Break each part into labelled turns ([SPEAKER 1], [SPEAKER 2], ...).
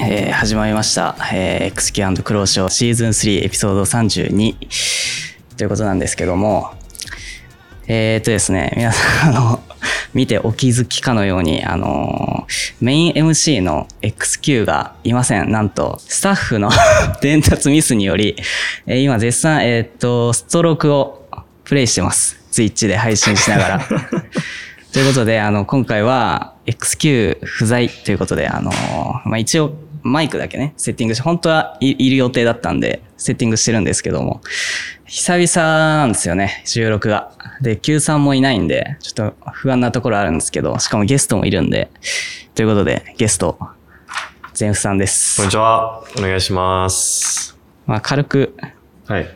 [SPEAKER 1] えー始まりました、えー、XQ& クローショーシーズン3エピソード32ということなんですけどもえーっとですね皆さんあの見てお気づきかのようにあのメイン MC の XQ がいませんなんとスタッフの 伝達ミスにより、えー今絶賛、えーっとストロークをプレイしてますツイッチで配信しながらということで、あの、今回は XQ 不在ということで、あの、まあ、一応マイクだけね、セッティングして、本当はいいる予定だったんで、セッティングしてるんですけども、久々なんですよね、収録が。で、Q さんもいないんで、ちょっと不安なところあるんですけど、しかもゲストもいるんで、ということで、ゲスト、全夫さんです
[SPEAKER 2] こん。にちは。お願いします。
[SPEAKER 1] まあ、軽く、
[SPEAKER 2] はい。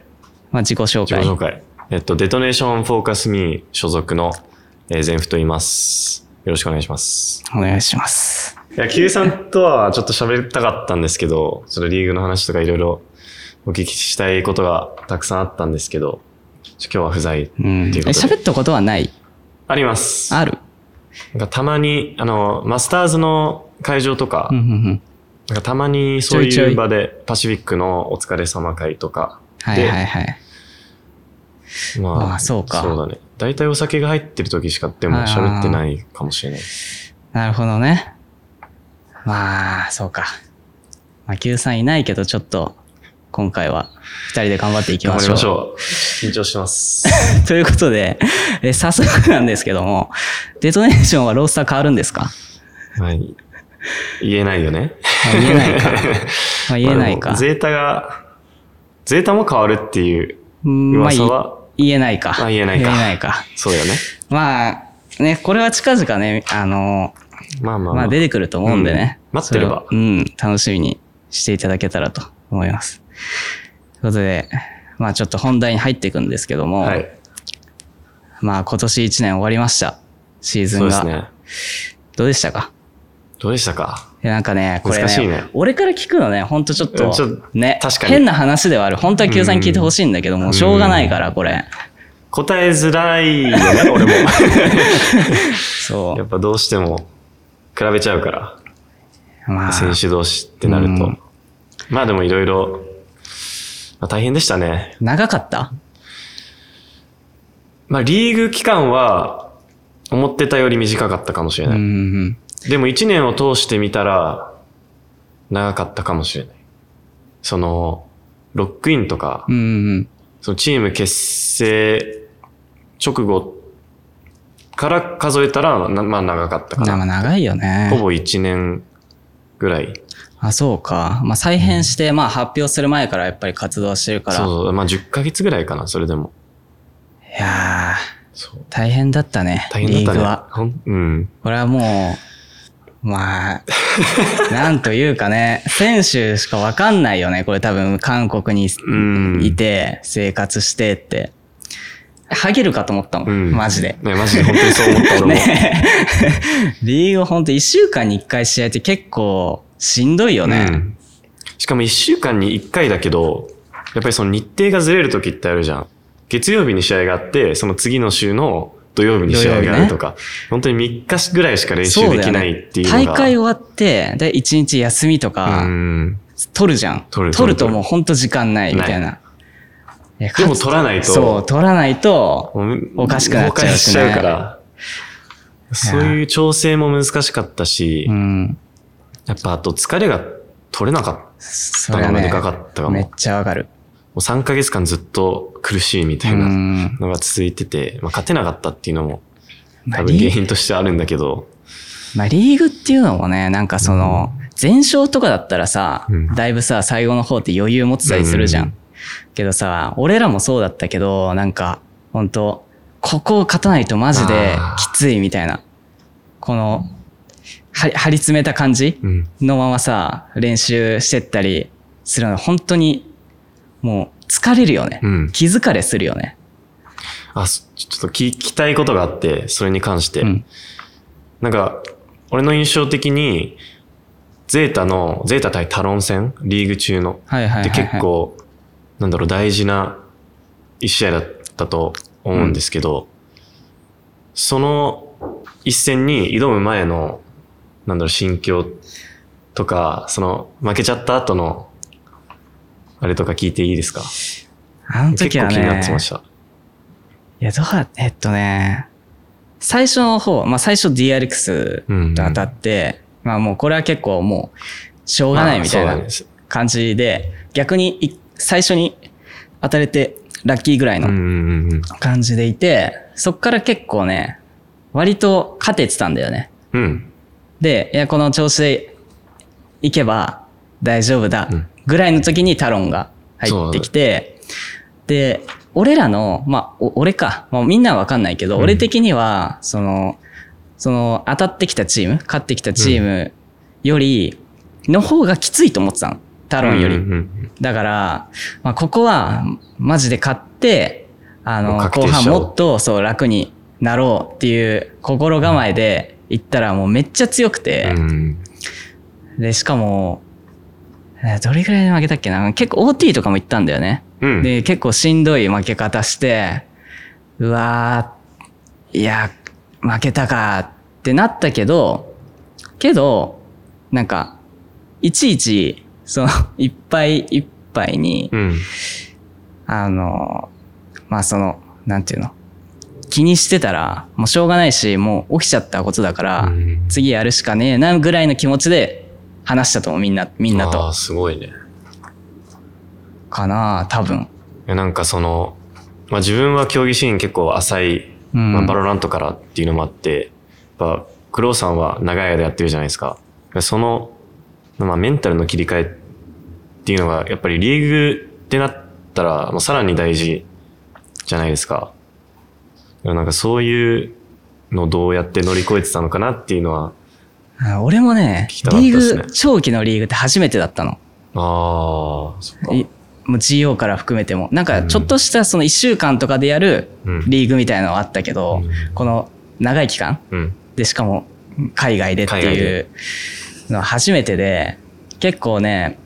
[SPEAKER 1] まあ、自己紹
[SPEAKER 2] 自
[SPEAKER 1] 介
[SPEAKER 2] 己。紹介。えっと、デトネーションフォーカスミー所属の、えー、ゼンフと言います。よろしくお願いします。
[SPEAKER 1] お願いします。
[SPEAKER 2] いや、Q さんとはちょっと喋りたかったんですけど、ちょっとリーグの話とかいろいろお聞きしたいことがたくさんあったんですけど、ちょ今日は不在って
[SPEAKER 1] うん。え
[SPEAKER 2] いうことで。
[SPEAKER 1] 喋ったことはない
[SPEAKER 2] あります。
[SPEAKER 1] ある
[SPEAKER 2] なんかたまに、あの、マスターズの会場とか、
[SPEAKER 1] うんうんうん。
[SPEAKER 2] なんかたまにそう
[SPEAKER 1] ちょいちょ
[SPEAKER 2] い
[SPEAKER 1] いう
[SPEAKER 2] 場でパシフィックのお疲れ様会とか、
[SPEAKER 1] はいはいはい。
[SPEAKER 2] ま
[SPEAKER 1] ああそうか
[SPEAKER 2] そうだね。大体お酒が入ってる時しかでも喋ってないかもしれない。
[SPEAKER 1] なるほどね。まあ、そうか。まあ、Q さんいないけど、ちょっと、今回は、二人で頑張っていき
[SPEAKER 2] 頑
[SPEAKER 1] ま
[SPEAKER 2] 張
[SPEAKER 1] し
[SPEAKER 2] り
[SPEAKER 1] ょう。
[SPEAKER 2] ましょう。緊張してます。
[SPEAKER 1] ということで、え早速なんですけども、デトネーションはロースター変わるんですか、
[SPEAKER 2] はい。言えないよね。
[SPEAKER 1] まあ、言え ないか。まあ、言えない
[SPEAKER 2] まあでも
[SPEAKER 1] か。
[SPEAKER 2] ゼータが、ゼータも変わるっていう
[SPEAKER 1] うんまあ、い
[SPEAKER 2] 噂は、
[SPEAKER 1] 言えないか。
[SPEAKER 2] まあ言えないか
[SPEAKER 1] 言えないか。
[SPEAKER 2] そうだよね。
[SPEAKER 1] まあ、ね、これは近々ね、あの、
[SPEAKER 2] まあまあ、
[SPEAKER 1] まあ出てくると思うんでね。
[SPEAKER 2] うん待ってれば
[SPEAKER 1] そをうん、楽しみにしていただけたらと思います。ということで、まあちょっと本題に入っていくんですけども、
[SPEAKER 2] はい。
[SPEAKER 1] まあ今年1年終わりました。シーズ
[SPEAKER 2] そう
[SPEAKER 1] ン
[SPEAKER 2] で
[SPEAKER 1] が。
[SPEAKER 2] すね。
[SPEAKER 1] どうでしたか
[SPEAKER 2] どうでしたか
[SPEAKER 1] いやなんかね、これ
[SPEAKER 2] 難しいね
[SPEAKER 1] 俺から聞くのね、ほんとちょっ
[SPEAKER 2] う
[SPEAKER 1] と、
[SPEAKER 2] んちょっと
[SPEAKER 1] ね
[SPEAKER 2] 確かに
[SPEAKER 1] 変な話ではある。本当は Q さんに聞いてほしいんだけども、しょうがないから、これ。
[SPEAKER 2] 答えづら いよね、俺も。
[SPEAKER 1] そ
[SPEAKER 2] やっぱどうしても比べちゃうから。
[SPEAKER 1] う。まあ、
[SPEAKER 2] 選手同士ってなると。
[SPEAKER 1] うん
[SPEAKER 2] まあでもいろいろ、まあ、大変でしたね。
[SPEAKER 1] 長かった
[SPEAKER 2] まあリーグ期間は思ってたより短かったかもしれ
[SPEAKER 1] うん
[SPEAKER 2] な
[SPEAKER 1] う
[SPEAKER 2] い。
[SPEAKER 1] ん。
[SPEAKER 2] でも1年を通してみたら長かったかもしれない。その、ロックインとか、
[SPEAKER 1] うんうん。
[SPEAKER 2] そのチーム結成直後から数えたら、なまあ長かったか
[SPEAKER 1] まあ
[SPEAKER 2] な。
[SPEAKER 1] 長いよね。
[SPEAKER 2] ほぼ1年ぐらい。
[SPEAKER 1] あ、そうか。まあ、再編して、まあ、発表する前からやっぱり活動してるから。
[SPEAKER 2] そうそう、まあ10ヶ月ぐらいかな、それでも。
[SPEAKER 1] いや
[SPEAKER 2] そう
[SPEAKER 1] ー、大変だったね。
[SPEAKER 2] 大変
[SPEAKER 1] リー
[SPEAKER 2] だっ
[SPEAKER 1] グ
[SPEAKER 2] たね
[SPEAKER 1] は。。
[SPEAKER 2] ほんうん。
[SPEAKER 1] これはもう、ま あ、なんというかね、選手しかわかんないよね。これ多分、韓国に
[SPEAKER 2] うん
[SPEAKER 1] いて、生活してって。ハゲるかと思ったもん。
[SPEAKER 2] うん
[SPEAKER 1] マジで。
[SPEAKER 2] ね、マジで本当にそう 思った俺も。
[SPEAKER 1] リーグほんと1週間に1回試合って結構しんどいよね。
[SPEAKER 2] うんしかも1週間に1回だけど、やっぱりその日程がずれる時ってあるじゃん。月曜日に試合があって、その次の週の土曜日に試合があるとか、本当に3日ぐらいしか練習できないっていうのが。
[SPEAKER 1] 大会終わって、で、1日休みとか、
[SPEAKER 2] うん。
[SPEAKER 1] 取るじゃん。
[SPEAKER 2] 取る
[SPEAKER 1] 取ると
[SPEAKER 2] 取る
[SPEAKER 1] もうほんと時間ないみたいな。で
[SPEAKER 2] でも取らないと
[SPEAKER 1] そう、取らないと、
[SPEAKER 2] も
[SPEAKER 1] おかしくなっちゃうしね
[SPEAKER 2] 崩壊しちゃうから。そういう調整も難しかったし、
[SPEAKER 1] うん。
[SPEAKER 2] やっぱあと疲れが取れなかった。
[SPEAKER 1] それはね、
[SPEAKER 2] 頭がでかかったかも
[SPEAKER 1] めっちゃわかる。
[SPEAKER 2] もう3ヶ月間ずっと苦しいみ
[SPEAKER 1] う。
[SPEAKER 2] たいなんのが続いてて、まあ、勝てなかったっていうのも
[SPEAKER 1] まあ、
[SPEAKER 2] 多分原
[SPEAKER 1] リー
[SPEAKER 2] 因としてあるんだけど、
[SPEAKER 1] まあ、リーグっていうのもね、なんかその、全勝とかだったらさ、
[SPEAKER 2] うん
[SPEAKER 1] だいぶさ、最後の方って余裕持ってたりするじゃん。
[SPEAKER 2] うん
[SPEAKER 1] けどさ、俺らもそうだったけど、なんか、ほんと、ここを勝たないとマジできついみたいな。この、は張り詰めた感じ
[SPEAKER 2] うん、
[SPEAKER 1] のままさ、練習してったりするの、本当に、もう疲れるよね。
[SPEAKER 2] うん
[SPEAKER 1] 気疲れするよね。
[SPEAKER 2] あそちょっと聞きたいことがあってそれに関して、
[SPEAKER 1] うん。
[SPEAKER 2] なんか俺の印象的にゼータのゼータ対タロン戦リーグ中の
[SPEAKER 1] はいはいはい、
[SPEAKER 2] で
[SPEAKER 1] はい。
[SPEAKER 2] 結。構なんだろう大事な1試合だったと思うんですけど、その一戦に挑む前のなんだろう心境とか、その、負けちゃった後の、あれとか聞いていいですか
[SPEAKER 1] あの時
[SPEAKER 2] 結
[SPEAKER 1] は
[SPEAKER 2] 構気になって
[SPEAKER 1] ね
[SPEAKER 2] ま、した。
[SPEAKER 1] いや、どうや、えっとね、最初の方、まあ最初 DRX
[SPEAKER 2] うん
[SPEAKER 1] と当たって、まあもうこれは結構もう、しょうがないみたい
[SPEAKER 2] まあそう
[SPEAKER 1] な
[SPEAKER 2] なんです
[SPEAKER 1] 感じで、逆にい最初に当たれてラッキーぐらい
[SPEAKER 2] うんう
[SPEAKER 1] の
[SPEAKER 2] んうん
[SPEAKER 1] 感じでいて、そっから結構ね、割と勝ててたんだよね。
[SPEAKER 2] うん。うん。
[SPEAKER 1] で、いや、この調子でいけば大丈夫だ
[SPEAKER 2] うん、
[SPEAKER 1] ぐらいの時にタロンが入ってきて、で、俺らの、まあ、お俺か、まあ、みんなはわかんないけど、
[SPEAKER 2] うん
[SPEAKER 1] 俺的には、その、その、当たってきたチーム、勝ってきたチームより、の方がきついと思ってたの。タロンより。
[SPEAKER 2] うんうんうん
[SPEAKER 1] だから、まあ、ここは、マジで勝って、あ
[SPEAKER 2] も
[SPEAKER 1] の、
[SPEAKER 2] う確
[SPEAKER 1] 後
[SPEAKER 2] 定し
[SPEAKER 1] 半
[SPEAKER 2] ちゃおう
[SPEAKER 1] もっと、そう、楽になろうっていう心構えで行ったら、もうめっちゃ強くて、
[SPEAKER 2] うんうん。
[SPEAKER 1] で、しかも、えーどれぐらいで負けたっけな結構 OT とかも行ったんだよね。
[SPEAKER 2] うん。
[SPEAKER 1] で、結構しんどい負け方して、うわー、いや、負けたかってなったけど、けど、なんか、いちいち、その、 いっぱいいっぱいに、
[SPEAKER 2] うん。
[SPEAKER 1] あの、まあその、なんていうの、気にしてたら、もうしょうがないし、もう起きちゃったことだから、
[SPEAKER 2] うん
[SPEAKER 1] 次やるしかねえなぐらいの気持ちで話したと思う、みんな、みんな
[SPEAKER 2] あ
[SPEAKER 1] と
[SPEAKER 2] あ、。すごいね。
[SPEAKER 1] かな多分。
[SPEAKER 2] いやなんかその、まあ、自分は競技シーン結構浅い、
[SPEAKER 1] うん
[SPEAKER 2] まあ、バロラントからっていうのもあって、やっぱ、クロウさんは長い間やってるじゃないですか。その、まあ、メンタルの切り替えっていうのが、やっぱりリーグってなったら、もうさらに大事じゃないですか。だからなんかそういうのをどうやって乗り越えてたのかなっていうのは、
[SPEAKER 1] あ俺もね、
[SPEAKER 2] 聞きたかった
[SPEAKER 1] リ
[SPEAKER 2] ですね
[SPEAKER 1] ーグ、長期のリーグって初めてだったの。
[SPEAKER 2] ああ、そっか。
[SPEAKER 1] いもう GO から含めても。なんか、ちょっとしたその1週間とかでやる
[SPEAKER 2] うん
[SPEAKER 1] リーグみたいなのはあったけど、
[SPEAKER 2] うん
[SPEAKER 1] この長い期間
[SPEAKER 2] うん。
[SPEAKER 1] で、しかも海外でって
[SPEAKER 2] 海外
[SPEAKER 1] いう
[SPEAKER 2] で
[SPEAKER 1] のは初めてで、結構ね、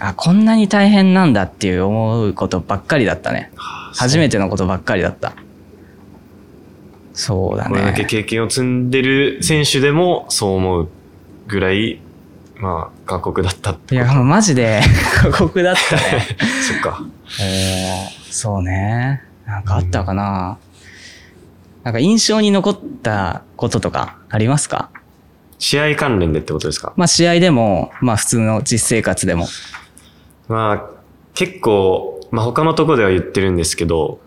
[SPEAKER 1] あ、こんなに大変なんだっていう思うことばっかりだったね。初めてのことばっかりだった。そうだ
[SPEAKER 2] これだけ
[SPEAKER 1] ね。
[SPEAKER 2] 経験を積んでる選手でもそう思うぐらい、まあ、過酷だったっ
[SPEAKER 1] い
[SPEAKER 2] てこと
[SPEAKER 1] や、もうマジで 過酷だったね。
[SPEAKER 2] そっか。
[SPEAKER 1] そうね。なんかあったかな、なんか印象に残ったこととかありますか
[SPEAKER 2] 試合関連でってことですか
[SPEAKER 1] まあ試合でも、まあ普通の実生活でも。
[SPEAKER 2] まあ、結構、まあ他のとこでは言ってるんですけど、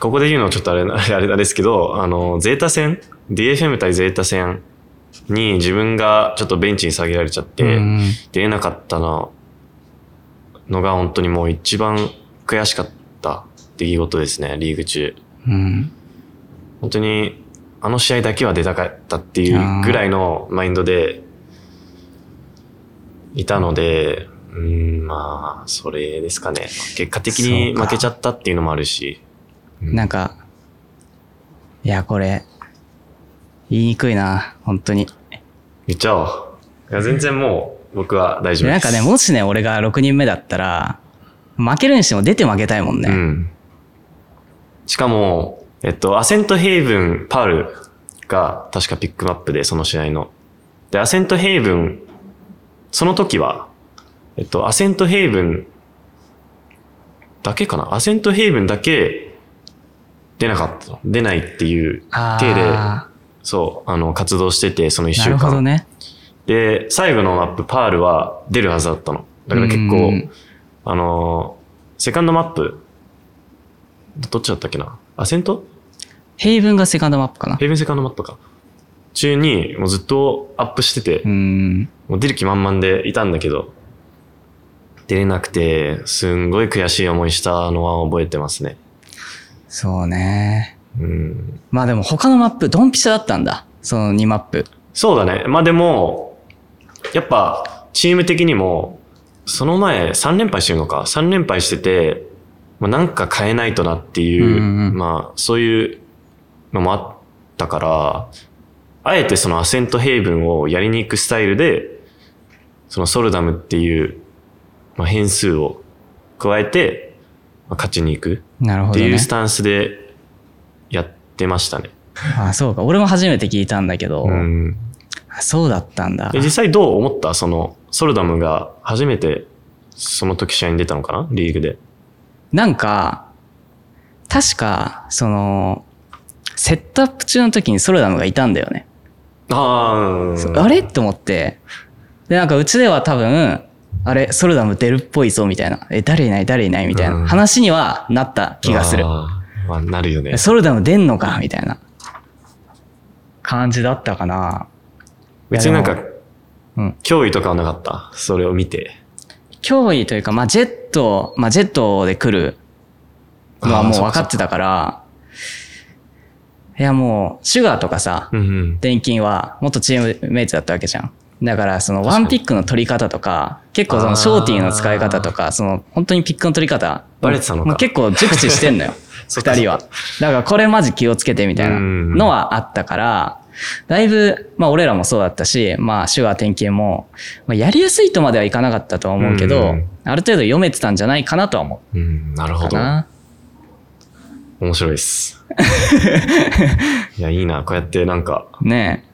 [SPEAKER 2] ここで言うのはちょっとあれ、 あれ、あれですけど、あの、ゼータ戦 ?DFM 対ゼータ戦に自分がちょっとベンチに下げられちゃって、
[SPEAKER 1] うん
[SPEAKER 2] 出れなかったののが本当にもう一番悔しかった出来事ですね、リーグ中。
[SPEAKER 1] うん。
[SPEAKER 2] 本当にあの試合だけは出たかったっていうぐらいのマインドでいたので、うん、まあ、それですかね。結果的
[SPEAKER 1] そ
[SPEAKER 2] に
[SPEAKER 1] うか
[SPEAKER 2] 負けちゃったっていうのもあるし。うん
[SPEAKER 1] なんか、いや、これ、言いにくいな、本当に。
[SPEAKER 2] 言っちゃおう。いや、全然もう僕は大丈夫
[SPEAKER 1] で
[SPEAKER 2] です。
[SPEAKER 1] なんかね、もしね、俺が6人目だったら、負けるにしても出て負けたいもんね。
[SPEAKER 2] うん。しかも、えっと、アセントヘイブン、パールが確かピックマップで、その試合の。で、アセントヘイブン、その時は、えっと、アセントヘイブンだけかなアセントヘイブンだけ出なかったの。出ないっていう
[SPEAKER 1] あ
[SPEAKER 2] 手で、
[SPEAKER 1] あ、
[SPEAKER 2] そう、あの、活動してて、その一
[SPEAKER 1] な
[SPEAKER 2] 週
[SPEAKER 1] るほど
[SPEAKER 2] 間。
[SPEAKER 1] ね。
[SPEAKER 2] で、最後のマップ、パールは出るはずだったの。だから結
[SPEAKER 1] う
[SPEAKER 2] 構
[SPEAKER 1] ん、
[SPEAKER 2] あのーセカンドマップ、どっちだったっけなアセント
[SPEAKER 1] ヘイブンがセカンドマップかな。
[SPEAKER 2] ヘイブンセカンドマップか。中に、もうずっとアップしてて、
[SPEAKER 1] うん。
[SPEAKER 2] もう出る気満々でいたんだけど、出れなくて、すんごい悔しい思いしたのは覚えてますね。
[SPEAKER 1] そうね。
[SPEAKER 2] うん。
[SPEAKER 1] まあでも他のマップ、ドンピシャだったんだ。その2マップ。
[SPEAKER 2] そうだね。まあでも、やっぱ、チーム的にも、その前3連敗してるのか。3連敗してて、まあ、なんか変えないとなっていう、
[SPEAKER 1] うんうん
[SPEAKER 2] まあそういうのもあったから、あえてそのアセントヘイブンをやりに行くスタイルで、そのソルダムっていう、まあ、変数を加えて、まあ、勝ちに行く
[SPEAKER 1] なるほ
[SPEAKER 2] っ
[SPEAKER 1] ど
[SPEAKER 2] てい
[SPEAKER 1] ね
[SPEAKER 2] うス。タンスでやってましたね。
[SPEAKER 1] あそうか。俺も初めて聞いたんだけど、
[SPEAKER 2] うん。
[SPEAKER 1] そうだったんだ
[SPEAKER 2] で。実際どう思ったその、ソルダムが初めてその時試合に出たのかなリーグで。
[SPEAKER 1] なんか、確か、その、セットアップ中の時にソルダムがいたんだよね。
[SPEAKER 2] ああ、
[SPEAKER 1] あれと思って。で、なんかうちでは多分、あれ、ソルダム出るっぽいぞ、みたいな。え、誰いない誰いないみたい
[SPEAKER 2] うん
[SPEAKER 1] な話にはなった気がする。
[SPEAKER 2] あーまあ、なるよね
[SPEAKER 1] え。ソルダム出んのかみたいな感じだったかな。
[SPEAKER 2] 別になん
[SPEAKER 1] い
[SPEAKER 2] か
[SPEAKER 1] や、うん。
[SPEAKER 2] 脅威とかはなかった。それを見て。
[SPEAKER 1] 脅威というか、まあ、ジェット、まあ、ジェットで来るのは
[SPEAKER 2] あー
[SPEAKER 1] もう
[SPEAKER 2] そっ
[SPEAKER 1] 分
[SPEAKER 2] か
[SPEAKER 1] かってたから、いやもう、シュガーとかさ、
[SPEAKER 2] うんうん。
[SPEAKER 1] 電金は元チームメイトだったわけじゃん。だから、そのワンピックの取り方とか、結構そのショーティーの使い方とか、その本当にピックの取り方。
[SPEAKER 2] バレてたのか
[SPEAKER 1] もう結構熟知してん のよ。
[SPEAKER 2] そっか
[SPEAKER 1] 二人は。だからこれマジ気をつけてみたいな
[SPEAKER 2] うん
[SPEAKER 1] のはあったから、だいぶ、まあ俺らもそうだったし、まあ手話点検も、まあやりやすいとまではいかなかったとは思うけ
[SPEAKER 2] うん
[SPEAKER 1] ど
[SPEAKER 2] うん、
[SPEAKER 1] ある程度読めてたんじゃないかなとは思
[SPEAKER 2] うん、なる
[SPEAKER 1] う
[SPEAKER 2] ほ
[SPEAKER 1] か
[SPEAKER 2] ど。
[SPEAKER 1] な。
[SPEAKER 2] 面白い です。いや、いいな。こうやってなんか、
[SPEAKER 1] ね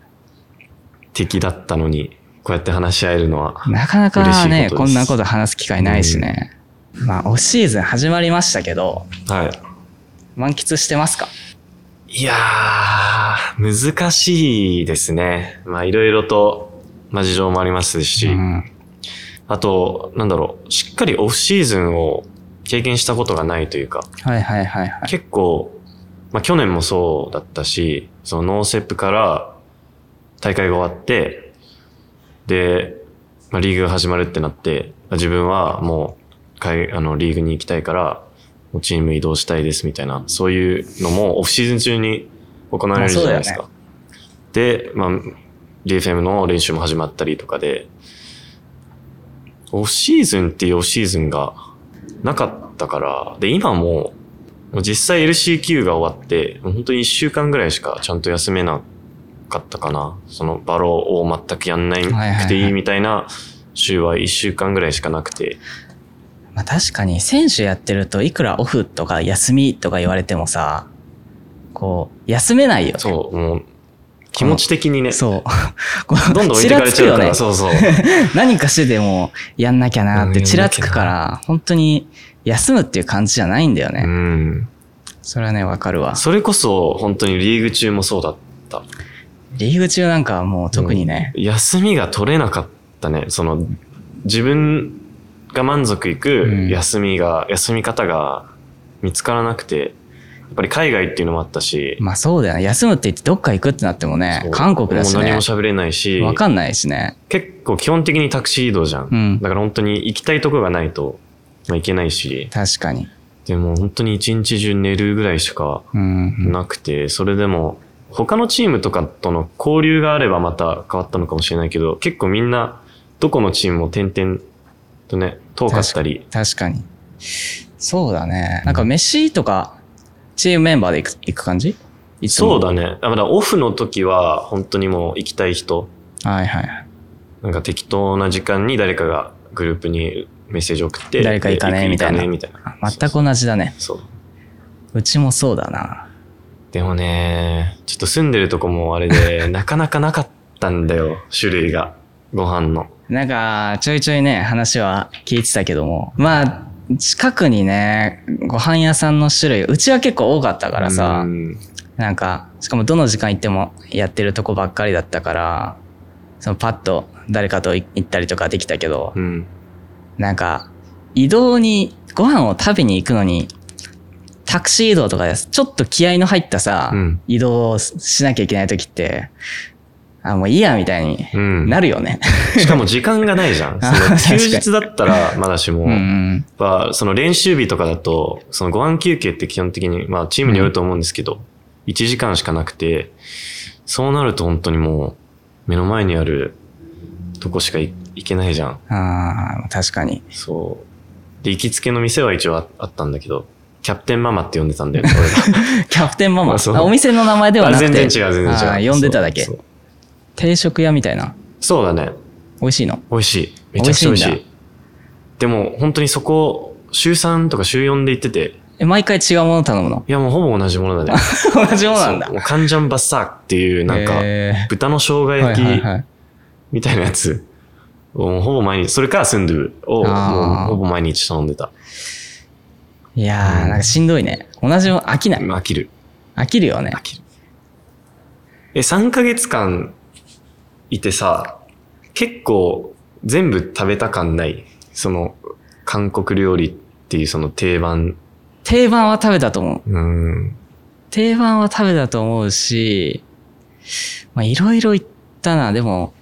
[SPEAKER 2] 敵だったのに、こうやって話し合えるのは。
[SPEAKER 1] えなかな
[SPEAKER 2] 嬉しい
[SPEAKER 1] か
[SPEAKER 2] こと
[SPEAKER 1] ね
[SPEAKER 2] です
[SPEAKER 1] こんなこと話す機会ないしね。まあオフシーズン始まりましたけど、
[SPEAKER 2] はい。
[SPEAKER 1] 満喫してますか
[SPEAKER 2] いやー、難しいですね。まあ、いろいろと、まあ、事情もありますし、
[SPEAKER 1] うん
[SPEAKER 2] あと、なんだろう、しっかりオフシーズンを経験したことがないというか、
[SPEAKER 1] はいはいはいはい。
[SPEAKER 2] 結構、まあ、去年もそうだったし、そのノーセップから大会が終わって、で、まあ、リーグが始まるってなって、まあ自分はもう、海あの、リーグに行きたいから、もうチーム移動したいですみたいな、そういうのもオフシーズン中に行われるじゃないですか。
[SPEAKER 1] ま
[SPEAKER 2] で、まあ、DFM の練習も始まったりとかで、オフシーズンっていうオフシーズンがなかったから、で、今も、もう実際 LCQ が終わって、もう本当に1週間ぐらいしかちゃんと休めなかったかな。そのバロを全くやんな
[SPEAKER 1] はいはい
[SPEAKER 2] くていいみたいな週は1週間ぐらいしかなくて。
[SPEAKER 1] まあ確かに選手やってるといくらオフとか休みとか言われてもさ、こう、休めないよね。
[SPEAKER 2] そう、もう気持ち的にね、
[SPEAKER 1] そう。
[SPEAKER 2] どんどん置いてかれちゃうから、そ うそう。
[SPEAKER 1] 何かしてでもやんなきゃなっ
[SPEAKER 2] う
[SPEAKER 1] て
[SPEAKER 2] ん
[SPEAKER 1] ちらつくから、本当に休むっていう感じじゃないんだよね。
[SPEAKER 2] うん。
[SPEAKER 1] それはね、わかるわ。
[SPEAKER 2] それこそ本当にリーグ中もそうだった。
[SPEAKER 1] リーグ中なんかはもう特にね。
[SPEAKER 2] 休みが取れなかったね。その、自分が満足いく休みが、休み方が見つからなくて、やっぱり海外っていうのもあったし、
[SPEAKER 1] まあそうだよね。休むって言ってどっか行くってなってもね
[SPEAKER 2] そう、
[SPEAKER 1] 韓国だし
[SPEAKER 2] もう何
[SPEAKER 1] ね
[SPEAKER 2] も。喋れないし、
[SPEAKER 1] わかんないしね。
[SPEAKER 2] 結構基本的にタクシー移動じゃん。
[SPEAKER 1] うん
[SPEAKER 2] だから本当に行きたいとこがないと、まあ、行けないし、
[SPEAKER 1] 確かに。
[SPEAKER 2] でも本当に一日中寝るぐらいしか
[SPEAKER 1] うんうん。
[SPEAKER 2] なくて、それでも、他のチームとかとの交流があればまた変わったのかもしれないけど、結構みんな、どこのチームも点々とね、遠かったり、
[SPEAKER 1] 確かに。そうだね。なんか飯とか、チームメンバーで行く行く感じいつも
[SPEAKER 2] そうだね。あまだオフの時は、本当にもう行きたい人、
[SPEAKER 1] はいはいはい。
[SPEAKER 2] なんか適当な時間に誰かがグループにメッセージを送って、
[SPEAKER 1] 誰か行かね
[SPEAKER 2] で
[SPEAKER 1] みたいな
[SPEAKER 2] 行かねみたいな。
[SPEAKER 1] あ全く同じだね。
[SPEAKER 2] そう。
[SPEAKER 1] うちもそうだな。
[SPEAKER 2] でもね、ちょっと住んでるとこもあ れで、なかなかなかったんだよ、種類が。ご飯の。
[SPEAKER 1] なんか、ちょいちょいね、話は聞いてたけども。まあ、近くにね、ご飯屋さんの種類、うちは結構多かったからさ、
[SPEAKER 2] うん
[SPEAKER 1] なんか、しかもどの時間行ってもやってるとこばっかりだったから、そのパッと誰かと行ったりとかできたけど、
[SPEAKER 2] うん。
[SPEAKER 1] なんか、移動に、ご飯を食べに行くのに、タクシー移動とかです。ちょっと気合の入ったさ、
[SPEAKER 2] うん
[SPEAKER 1] 移動をしなきゃいけない時って、あ、もういいや、みたいに
[SPEAKER 2] うん。
[SPEAKER 1] なるよね。
[SPEAKER 2] しかも時間がないじゃん。その
[SPEAKER 1] 確かに
[SPEAKER 2] 休日だったらまだしも、
[SPEAKER 1] うんう
[SPEAKER 2] やっ
[SPEAKER 1] ん。
[SPEAKER 2] ぱその練習日とかだと、そのご飯休憩って基本的に、まあチームによると思うんですけど、1時間しかなくて、そうなると本当にもう目の前にあるとこしかい行けないじゃん。
[SPEAKER 1] ああ、確かに。
[SPEAKER 2] そう。で、行きつけの店は一応ああったんだけど、キャプテンママって呼んでたんだよね、俺が。
[SPEAKER 1] キャプテンママ。
[SPEAKER 2] あそう
[SPEAKER 1] あお店の名 前ではな
[SPEAKER 2] あ
[SPEAKER 1] くて。
[SPEAKER 2] 全然違う、全然違う。
[SPEAKER 1] あ呼んでただけ
[SPEAKER 2] そう。そう
[SPEAKER 1] 定食屋みたいな。
[SPEAKER 2] そうだね。
[SPEAKER 1] 美味しいの。
[SPEAKER 2] 美味しい。めちゃくちゃ美味しい。
[SPEAKER 1] 美味し
[SPEAKER 2] でも、本当にそこ、週3とか週4で行ってて、
[SPEAKER 1] え、毎回違うもの頼むの
[SPEAKER 2] いや、もうほぼ同じものだね。
[SPEAKER 1] 同じものなんだ
[SPEAKER 2] そう。もうカンジャンバッサーっていう、なんか、
[SPEAKER 1] え
[SPEAKER 2] 豚の生姜
[SPEAKER 1] ー、はい
[SPEAKER 2] 焼
[SPEAKER 1] はい
[SPEAKER 2] き
[SPEAKER 1] はい。
[SPEAKER 2] みたいなやつをもうほぼ毎日、それからスンドゥブをも
[SPEAKER 1] あー
[SPEAKER 2] うほぼ毎日頼んでた。
[SPEAKER 1] いやー、なんかしんどいね。同じも飽きない。
[SPEAKER 2] 飽きる。
[SPEAKER 1] 飽きるよね。
[SPEAKER 2] 飽きる。え、3ヶ月間いてさ、結構全部食べた感ない。その、韓国料理っていうその定番。
[SPEAKER 1] 定番は食べたと思う。
[SPEAKER 2] うん。
[SPEAKER 1] 定番は食べたと思うし、まあいろいろ行ったな。でも、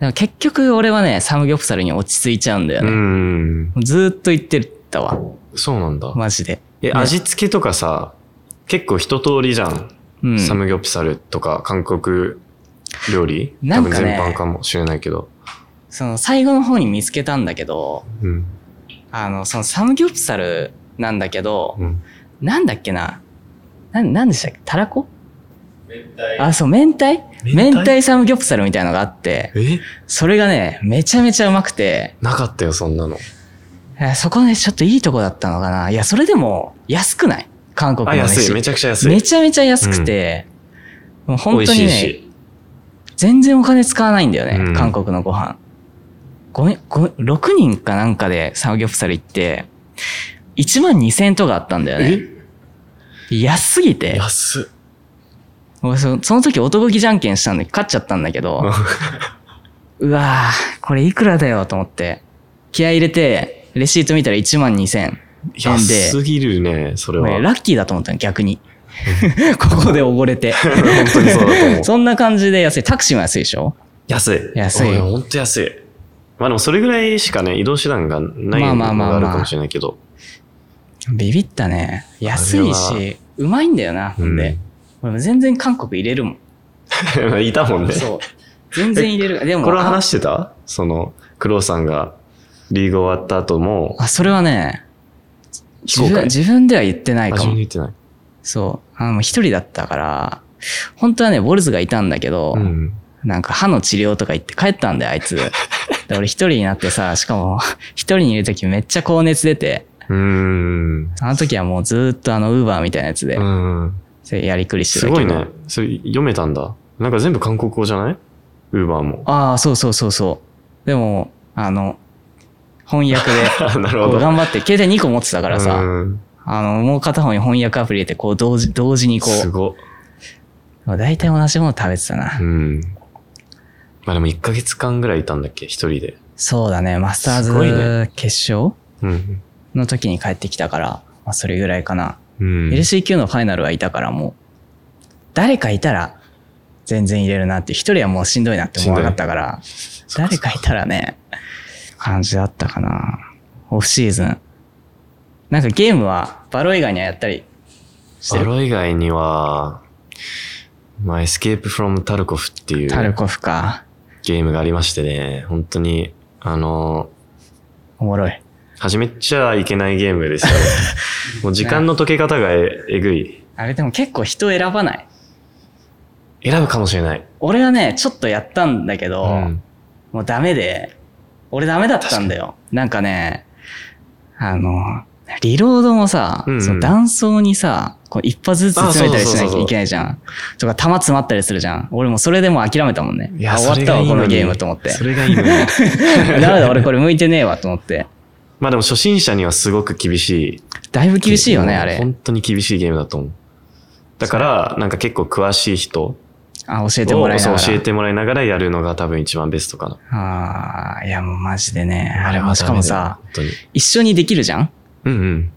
[SPEAKER 1] でも結局俺はね、サムギョプサルに落ち着いちゃうんだよ
[SPEAKER 2] う
[SPEAKER 1] ね。
[SPEAKER 2] ん。
[SPEAKER 1] ずーっと行ってたわ。
[SPEAKER 2] そうなんだ。
[SPEAKER 1] マジで。
[SPEAKER 2] え、味付けとかさ、結構一通りじゃん。
[SPEAKER 1] うん。
[SPEAKER 2] サムギョプサルとか韓国料理、
[SPEAKER 1] なんかね
[SPEAKER 2] 多分全般かもしれないけど。
[SPEAKER 1] その最後の方に見つけたんだけど、
[SPEAKER 2] うん。
[SPEAKER 1] あの、そのサムギョプサルなんだけど、
[SPEAKER 2] うん。
[SPEAKER 1] なんだっけな。なん、なんでしたっけたらこあ、そう、明太
[SPEAKER 2] 明
[SPEAKER 1] 明
[SPEAKER 2] 太
[SPEAKER 1] 太サムギョプサルみたいなのがあって、
[SPEAKER 2] え
[SPEAKER 1] それがね、めちゃめちゃうまくて、
[SPEAKER 2] なかったよ、そんなの。
[SPEAKER 1] えーそこね、ちょっといいとこだったのかな。いや、それでも、安くない韓国の
[SPEAKER 2] あ、安
[SPEAKER 1] 飯。
[SPEAKER 2] い。めちゃくちゃ安い。
[SPEAKER 1] めちゃめちゃ安くて、もう本
[SPEAKER 2] 美
[SPEAKER 1] 当
[SPEAKER 2] 味
[SPEAKER 1] に
[SPEAKER 2] しい
[SPEAKER 1] ね、
[SPEAKER 2] し。
[SPEAKER 1] 全然お金使わないんだよね、
[SPEAKER 2] うん
[SPEAKER 1] 韓国のご飯。ごめん、ごめん、6人かなんかでサムギョプサル行って、1万2000円とかあったんだよね。
[SPEAKER 2] え
[SPEAKER 1] 安すぎて、
[SPEAKER 2] 安っ。
[SPEAKER 1] 俺そその時男気じゃんけんしたんで勝っちゃったんだけど、うわぁ、これいくらだよと思って。気合い入れて、レシート見たら1万2000円で、
[SPEAKER 2] 安すぎるね、それは。
[SPEAKER 1] 俺
[SPEAKER 2] 本
[SPEAKER 1] ラッキーだと思ったの逆 に。ここで溺れて。
[SPEAKER 2] 当にそうだと思 う。
[SPEAKER 1] そんな感じで安い。タクシーも安いでしょ
[SPEAKER 2] 安い。
[SPEAKER 1] 安い
[SPEAKER 2] 俺ほんと安い。まあでもそれぐらいしかね、移動手段がない
[SPEAKER 1] まあ
[SPEAKER 2] の
[SPEAKER 1] まあまあまあ
[SPEAKER 2] があるかもしれないけど。
[SPEAKER 1] ビビったね。安い
[SPEAKER 2] あれ
[SPEAKER 1] し、うまいんだよな、ほん で。俺も全然韓国入れるもん。
[SPEAKER 2] うんいたもんね。
[SPEAKER 1] そう。全然入れる。でも、
[SPEAKER 2] これは
[SPEAKER 1] あ
[SPEAKER 2] 話してたその、クロウさんがリーグ終わった後も、
[SPEAKER 1] あ、それはね、自
[SPEAKER 2] 非公
[SPEAKER 1] 分
[SPEAKER 2] 開
[SPEAKER 1] 自分では言ってないか
[SPEAKER 2] 味に
[SPEAKER 1] も。
[SPEAKER 2] 言ってない。
[SPEAKER 1] そう。あの、一人だったから、本当はね、ボルズがいたんだけど、
[SPEAKER 2] うん。
[SPEAKER 1] なんか歯の治療とか行って帰ったんだよ、あいつ。で俺一人になってさ、しかも一人にいるときめっちゃ高熱出て、
[SPEAKER 2] うーん。
[SPEAKER 1] あの時はもうずーっとあのウーバーみたいなやつで、
[SPEAKER 2] うん。
[SPEAKER 1] それやりくりしてた
[SPEAKER 2] す
[SPEAKER 1] けど。
[SPEAKER 2] ごいね。それ読めたんだ。なんか全部韓国語じゃないウーバーも。、
[SPEAKER 1] ああ、そうそうそうそう。でも、あの、翻訳で
[SPEAKER 2] なる
[SPEAKER 1] こ
[SPEAKER 2] ほ
[SPEAKER 1] う
[SPEAKER 2] ど。
[SPEAKER 1] 頑張って、携帯2個持ってたからさ、
[SPEAKER 2] うん
[SPEAKER 1] あの、もう片方に翻訳アプリ入れて、こう同時、同時にこ
[SPEAKER 2] すごっ。
[SPEAKER 1] う、大体同じもの食べてたな。
[SPEAKER 2] うん。まあでも1ヶ月間ぐらいいたんだっけ一人で。
[SPEAKER 1] そうだね、マスター
[SPEAKER 2] すごいね
[SPEAKER 1] ズ決勝
[SPEAKER 2] うん。
[SPEAKER 1] の時に帰ってきたから、まあそれぐらいかな。
[SPEAKER 2] うん。
[SPEAKER 1] LCQ のファイナルはいたからもう、誰かいたら全然入れるなって、一人はもうしんどいなって思わなかったから、誰かいたらね、感じだったかな。オフシーズン。なんかゲームはバロ以外にはやったりして
[SPEAKER 2] バ
[SPEAKER 1] る。
[SPEAKER 2] ロ以外には、まあ、エスケープフロムタルコフってい
[SPEAKER 1] タル
[SPEAKER 2] う
[SPEAKER 1] コフか。
[SPEAKER 2] ゲームがありましてね、本当に、あの、
[SPEAKER 1] おもろい。
[SPEAKER 2] 始めちゃいけないゲー ムですよ。もう時間の解け方がええぐい。
[SPEAKER 1] あれでも結構人選ばない。
[SPEAKER 2] 選ぶかもしれない。
[SPEAKER 1] 俺はね、ちょっとやったんだけど、
[SPEAKER 2] うん
[SPEAKER 1] もうダメで、俺ダメだったんだよ。なんかね、あの、リロードもさ、
[SPEAKER 2] うんうん
[SPEAKER 1] その断層にさ、こう一発ずつ詰めたりしなきゃいけないじゃん。とか、弾詰まったりするじゃん。俺もうそれでもう諦めたもんね。
[SPEAKER 2] いや、
[SPEAKER 1] あ終
[SPEAKER 2] そ
[SPEAKER 1] わっ
[SPEAKER 2] れ
[SPEAKER 1] た
[SPEAKER 2] が
[SPEAKER 1] わ、
[SPEAKER 2] いい
[SPEAKER 1] こ
[SPEAKER 2] の
[SPEAKER 1] の
[SPEAKER 2] に
[SPEAKER 1] ゲームと思って。
[SPEAKER 2] それが いいのに。
[SPEAKER 1] ダメだ、俺これ向いてねえわと思って。
[SPEAKER 2] まあでも初心者にはすごく厳しい。
[SPEAKER 1] だいぶ厳しいよね、
[SPEAKER 2] もう
[SPEAKER 1] あれ。
[SPEAKER 2] 本当に厳しいゲームだと思う。だから、なんか結構詳しい人を
[SPEAKER 1] あ、教えてもらいな
[SPEAKER 2] そ
[SPEAKER 1] が
[SPEAKER 2] う
[SPEAKER 1] ら。
[SPEAKER 2] 教えてもらいながらやるのが多分一番ベストかな。
[SPEAKER 1] ああ、いやもうマジでね。あれはし
[SPEAKER 2] ダ
[SPEAKER 1] か
[SPEAKER 2] メ
[SPEAKER 1] も
[SPEAKER 2] だよ
[SPEAKER 1] さ、、
[SPEAKER 2] 本当に。
[SPEAKER 1] 一緒にできるじゃん
[SPEAKER 2] うんうん。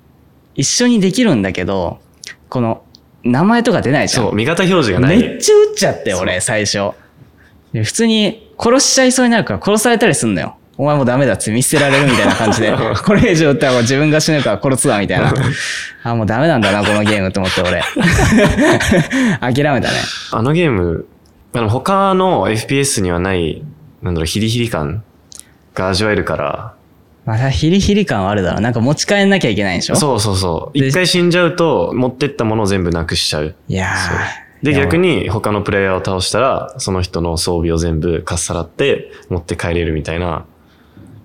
[SPEAKER 1] 一緒にできるんだけど、この、名前とか出ないじゃん。
[SPEAKER 2] そう、味方表示がない。
[SPEAKER 1] めっちゃ撃っちゃって、俺、最初。で普通に殺しちゃいそうになるから殺されたりすんのよ。お前もうダメだっつって見捨てられるみたいな感じ で。これ以上撃ったらもう自分が死ぬから殺すわ、みたいな。あ、もうダメなんだな、このゲームと思って、俺。 諦めたね。
[SPEAKER 2] あのゲーム、あの他の FPS にはない、なんだろう、ヒリヒリ感が味わえるから、
[SPEAKER 1] またヒリヒリ感はあるだろう。なんか持ち帰んなきゃいけないんでしょ
[SPEAKER 2] そうそうそう。
[SPEAKER 1] で
[SPEAKER 2] 一回死んじゃうと、持ってったものを全部なくしちゃう。
[SPEAKER 1] いやー。
[SPEAKER 2] で、
[SPEAKER 1] いや
[SPEAKER 2] 逆。に他のプレイヤーを倒したら、その人の装備を全部かっさらって、持って帰れるみたいな。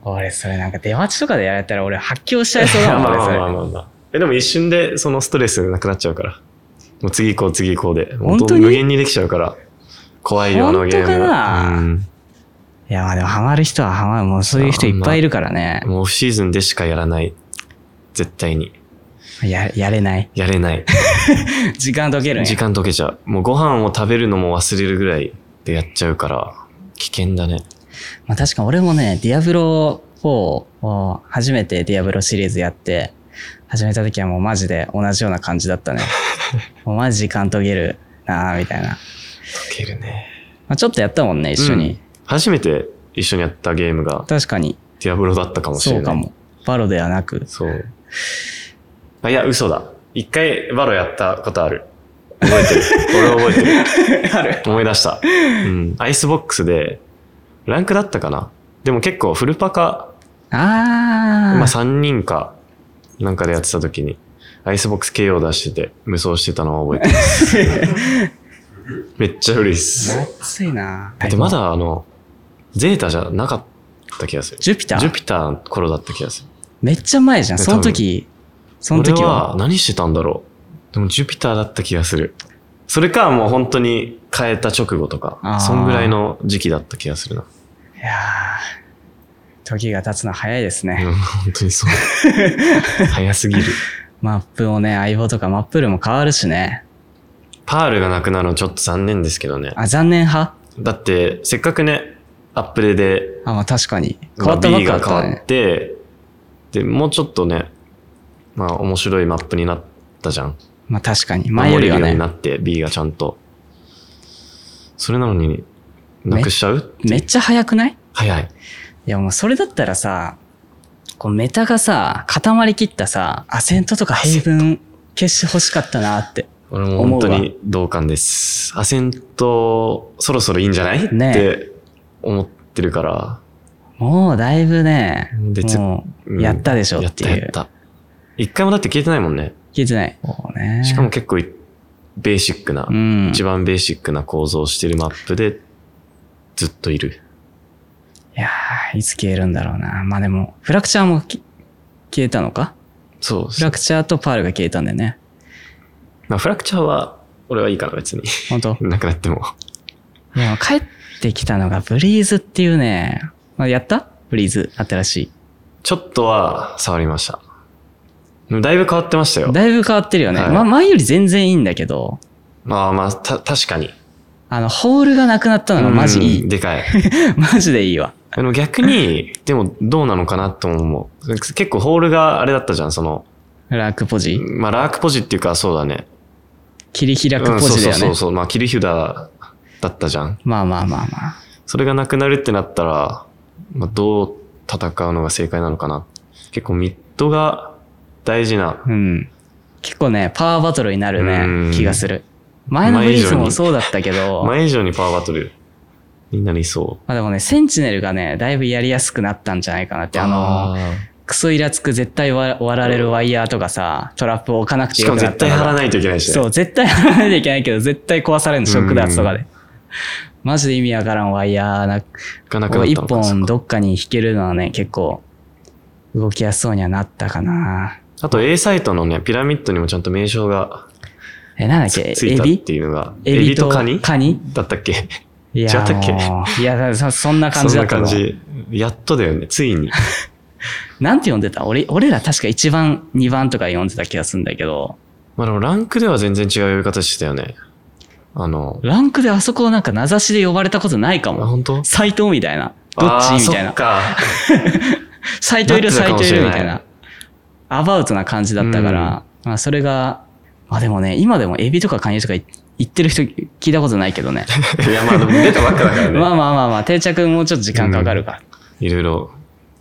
[SPEAKER 1] 俺、それなんか出待ちとかでやられたら俺発狂しちゃいそう
[SPEAKER 2] ま
[SPEAKER 1] だ
[SPEAKER 2] あ
[SPEAKER 1] もん、
[SPEAKER 2] ま
[SPEAKER 1] 俺、
[SPEAKER 2] あ
[SPEAKER 1] それ
[SPEAKER 2] まあ。まあまあ。え、でも一瞬でそのストレスなくなっちゃうから。もう次行こう次行こうで。
[SPEAKER 1] 本当に
[SPEAKER 2] 無限にできちゃうから。怖いよ、あのゲーム
[SPEAKER 1] 本当かな
[SPEAKER 2] うん。
[SPEAKER 1] いいや、まあでもハマる人はハマる。もうそういう人いっぱいいるからね。
[SPEAKER 2] もうオフシーズンでしかやらない。絶対に。
[SPEAKER 1] や、やれない。
[SPEAKER 2] やれない。
[SPEAKER 1] 時間解けるんや
[SPEAKER 2] 時間溶けちゃう。もうご飯を食べるのも忘れるぐらいでやっちゃうから、危険だね。
[SPEAKER 1] まあ確か俺もね、ディアブロ4を初めてディアブロシリーズやって、始めた時はもうマジで同じような感じだ ったね。もうマジ時間解けるなぁ、みたいな。
[SPEAKER 2] 溶けるね。
[SPEAKER 1] まあ、ちょっとやったもんね、一緒に。
[SPEAKER 2] うん初めて一緒にやったゲームが、
[SPEAKER 1] 確かに。
[SPEAKER 2] ディアブロだったかもしれ
[SPEAKER 1] そう
[SPEAKER 2] ない。
[SPEAKER 1] かも。バロではなく。
[SPEAKER 2] そう。あ、いや、嘘だ。一回バロやったことある。覚えて る。俺覚えてる。思い出した。うん。アイスボックスで、ランクだったかな。でも結構フルパカ、
[SPEAKER 1] あー。
[SPEAKER 2] まあ3人か、なんかでやってた時に、アイスボックス KO 出してて、無双してたのを覚え てます。めっちゃ古いっす。
[SPEAKER 1] 暑いな
[SPEAKER 2] で、ま。だあの、ゼータじゃなかった気がする。
[SPEAKER 1] ジュピタ
[SPEAKER 2] ジュ
[SPEAKER 1] ー
[SPEAKER 2] ピターの頃だった気がする。
[SPEAKER 1] めっちゃ前じゃん。
[SPEAKER 2] 多分
[SPEAKER 1] その時、その時
[SPEAKER 2] 俺
[SPEAKER 1] は。
[SPEAKER 2] 何してたんだろうでもジュピターだった気がするそれかもう本当に変えた直後と
[SPEAKER 1] あー
[SPEAKER 2] かそんぐらいの時期だった気がするない
[SPEAKER 1] やー時が経つの早いです
[SPEAKER 2] う
[SPEAKER 1] ね。
[SPEAKER 2] ん本当 にそう早すぎる
[SPEAKER 1] マップもね、相棒とかマップルも変わるしね。
[SPEAKER 2] パールがなくなるのちょっと残念ですけどね
[SPEAKER 1] あ、残念派
[SPEAKER 2] だってせっかくねアップデで
[SPEAKER 1] あ、まあ確かに。変わったばっ
[SPEAKER 2] B
[SPEAKER 1] かだ
[SPEAKER 2] が
[SPEAKER 1] った
[SPEAKER 2] 変わっ
[SPEAKER 1] ね。
[SPEAKER 2] てでもうちょっとねまあ面白いマップになったじゃん
[SPEAKER 1] まあ確かに。前よ
[SPEAKER 2] 守
[SPEAKER 1] り
[SPEAKER 2] れる
[SPEAKER 1] は
[SPEAKER 2] ように
[SPEAKER 1] ね、
[SPEAKER 2] なって B がちゃんとそれなのになくしちゃう
[SPEAKER 1] めっちゃ早くない
[SPEAKER 2] 早い
[SPEAKER 1] いやもうそれだったらさ、こうメタがさ、固まりきったさ、アセントとか平分消して欲しかったなって。
[SPEAKER 2] 俺も本当に同感です。アセント、そろそろいいんじゃない、
[SPEAKER 1] ね
[SPEAKER 2] っ
[SPEAKER 1] え
[SPEAKER 2] て思ってるから。
[SPEAKER 1] もうだいぶね、
[SPEAKER 2] でつ
[SPEAKER 1] も
[SPEAKER 2] うん
[SPEAKER 1] うやったでしょってい
[SPEAKER 2] やっ
[SPEAKER 1] う。
[SPEAKER 2] たやった。一回もだって消えてないもんね。
[SPEAKER 1] 聞いてない。もうね。
[SPEAKER 2] しかも、結構いベーシックな、
[SPEAKER 1] うん。
[SPEAKER 2] 一
[SPEAKER 1] い
[SPEAKER 2] 番ベーシックな構造をしてるマップでずっといる。
[SPEAKER 1] やー、いつ消えるんだろうな。まあでも、フラクチャーもき消えたのか
[SPEAKER 2] そうで
[SPEAKER 1] フ
[SPEAKER 2] す
[SPEAKER 1] ラクチャーとパールが消えたんだよね。
[SPEAKER 2] まあ、フラクチャーは俺はいいから別に。
[SPEAKER 1] 本当
[SPEAKER 2] なくなっても。
[SPEAKER 1] いや、帰ってきたのがブリーズっていうね。まあ、やったブリーズ、新し
[SPEAKER 2] ちょっとは触りました。でもだいぶ変わってましたよ
[SPEAKER 1] い。。だいぶ変わってるよね。
[SPEAKER 2] はい
[SPEAKER 1] ま、前より全然いいんだけど、
[SPEAKER 2] まあまあ、た、確かに。
[SPEAKER 1] あの、ホールがなくなったのがマジい
[SPEAKER 2] うん
[SPEAKER 1] い。
[SPEAKER 2] でかい。
[SPEAKER 1] マジでいいわ。
[SPEAKER 2] あの 逆に、でもどうなのかなとも思う。結構ホールがあれだったじゃん、その、
[SPEAKER 1] ラークポジ
[SPEAKER 2] まあラークポジっていうかそうだね。
[SPEAKER 1] 切り開
[SPEAKER 2] う
[SPEAKER 1] く
[SPEAKER 2] ん、
[SPEAKER 1] ポ
[SPEAKER 2] そう
[SPEAKER 1] ジだ
[SPEAKER 2] そう
[SPEAKER 1] よ
[SPEAKER 2] そ
[SPEAKER 1] ね
[SPEAKER 2] う。そう、まあ切り札だったじゃん。
[SPEAKER 1] まあまあまあまあ。
[SPEAKER 2] それがなくなるってなったら、まあどう戦うのが正解なのかな。結構ミッドが大事な。
[SPEAKER 1] うん。結構ね、パワーバトルになる
[SPEAKER 2] うん
[SPEAKER 1] ね、気がする。前のブリーズもそうだったけど、ま
[SPEAKER 2] 前以上にパワーバトルになりそ
[SPEAKER 1] あでもね、センチネルがね、だいぶやりやすくなったんじゃないかなっ
[SPEAKER 2] う。
[SPEAKER 1] て、あの、
[SPEAKER 2] ー
[SPEAKER 1] クソイラつく絶対割割られるワイヤーとかさ、トラップを置かなくて
[SPEAKER 2] し
[SPEAKER 1] よく
[SPEAKER 2] かも
[SPEAKER 1] なっ
[SPEAKER 2] 絶
[SPEAKER 1] た
[SPEAKER 2] 対
[SPEAKER 1] のが
[SPEAKER 2] 張らないといけないしね。
[SPEAKER 1] そう、絶対貼らないといけないけど、絶対壊されるの、食圧とかで。マジで意味わからんワイヤーな、
[SPEAKER 2] がなく
[SPEAKER 1] こ
[SPEAKER 2] な
[SPEAKER 1] う
[SPEAKER 2] っ
[SPEAKER 1] 一
[SPEAKER 2] たのかそっ
[SPEAKER 1] 本
[SPEAKER 2] か
[SPEAKER 1] どっかに引けるのはね、結構、動きやすそうにはなったかな。
[SPEAKER 2] あと A サイトのね、ピラミッドにもちゃんと名称が
[SPEAKER 1] え、なんだっ
[SPEAKER 2] つ
[SPEAKER 1] け
[SPEAKER 2] つ
[SPEAKER 1] エ
[SPEAKER 2] いたっ
[SPEAKER 1] ビ
[SPEAKER 2] ていうのが。
[SPEAKER 1] エビと
[SPEAKER 2] カニ
[SPEAKER 1] カニ
[SPEAKER 2] だったっけ
[SPEAKER 1] い
[SPEAKER 2] 違
[SPEAKER 1] や
[SPEAKER 2] ったっけ
[SPEAKER 1] もう、いや、そそんな感じだったの
[SPEAKER 2] そんな感じ。やっとだよね、ついに。
[SPEAKER 1] なんて呼んでた俺、俺ら確か1番、2番とか呼んでた気がするんだけど、
[SPEAKER 2] まあでもランクでは全然違う呼び方してたよね。あの、
[SPEAKER 1] ランクであそこをなんか名指しで呼ばれたことないか
[SPEAKER 2] あ、
[SPEAKER 1] も。
[SPEAKER 2] 本当どっ
[SPEAKER 1] 斎藤みたいな。どっちみたいな。
[SPEAKER 2] か。
[SPEAKER 1] 斎藤いる
[SPEAKER 2] なってた
[SPEAKER 1] 斎
[SPEAKER 2] かも
[SPEAKER 1] 藤い
[SPEAKER 2] しれ
[SPEAKER 1] る
[SPEAKER 2] ない
[SPEAKER 1] みたいなアバウトな感じだったから、まあそれがまあでもね今でもエビとかカニとかい言ってる人聞いたことないけど ね
[SPEAKER 2] いや、まあでも出たばっかだ から
[SPEAKER 1] まあ
[SPEAKER 2] ね。
[SPEAKER 1] まあまあまあ定着もうちょっと時間かかるから、
[SPEAKER 2] いろいろ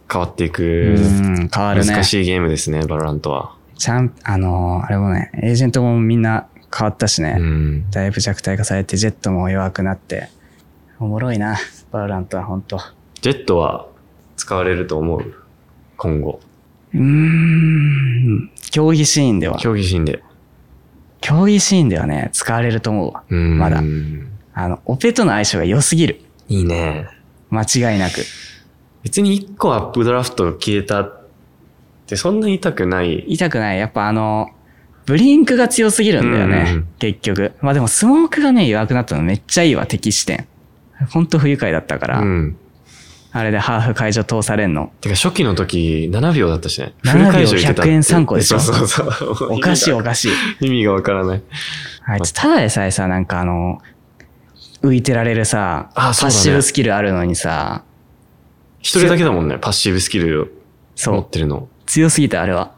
[SPEAKER 2] 変わっていうく、
[SPEAKER 1] ん、変わるね
[SPEAKER 2] 難しいゲームですね、バロラントは。
[SPEAKER 1] ちゃんあのーあれもねエージェントもみんな変わったしね、
[SPEAKER 2] うん。
[SPEAKER 1] だいぶ弱体化されてジェットも弱くなっておもろいなバロラントは本当
[SPEAKER 2] ジェットは使われると思う今後。
[SPEAKER 1] うーん競技シーンでは
[SPEAKER 2] 競技シーンで。
[SPEAKER 1] 競技シーンではね使われると思うわ
[SPEAKER 2] うん。
[SPEAKER 1] まだ
[SPEAKER 2] い
[SPEAKER 1] あのオペとの相性が良すぎる
[SPEAKER 2] いね。
[SPEAKER 1] 間違いなく。
[SPEAKER 2] 別に1個アップドラフト消えたってそんなに痛くない。
[SPEAKER 1] 痛くない。やっぱあの、ブリンクが強すぎるんだよね。
[SPEAKER 2] うんうん
[SPEAKER 1] 結局。まあでもスモークがね、弱くなったのめっちゃいいわ、敵視点。ほんと不愉快だったから。
[SPEAKER 2] うん。
[SPEAKER 1] あれでハーフ会場通されんの。
[SPEAKER 2] てか初期の時7秒だったしね。
[SPEAKER 1] 7
[SPEAKER 2] フル会場行けたって
[SPEAKER 1] 秒100円3個でしょ
[SPEAKER 2] そうそうそう。
[SPEAKER 1] おかしいおかしい。
[SPEAKER 2] 意味がわからない。
[SPEAKER 1] あいつ、ただでさえさ、なんかあの、浮いてられるさ、
[SPEAKER 2] あそうだね
[SPEAKER 1] パッシブスキルあるのにさ、
[SPEAKER 2] 一人だけだもんね、パッシブスキルを
[SPEAKER 1] そ
[SPEAKER 2] 持
[SPEAKER 1] う
[SPEAKER 2] っ、てるの。
[SPEAKER 1] 強すぎた、あれは。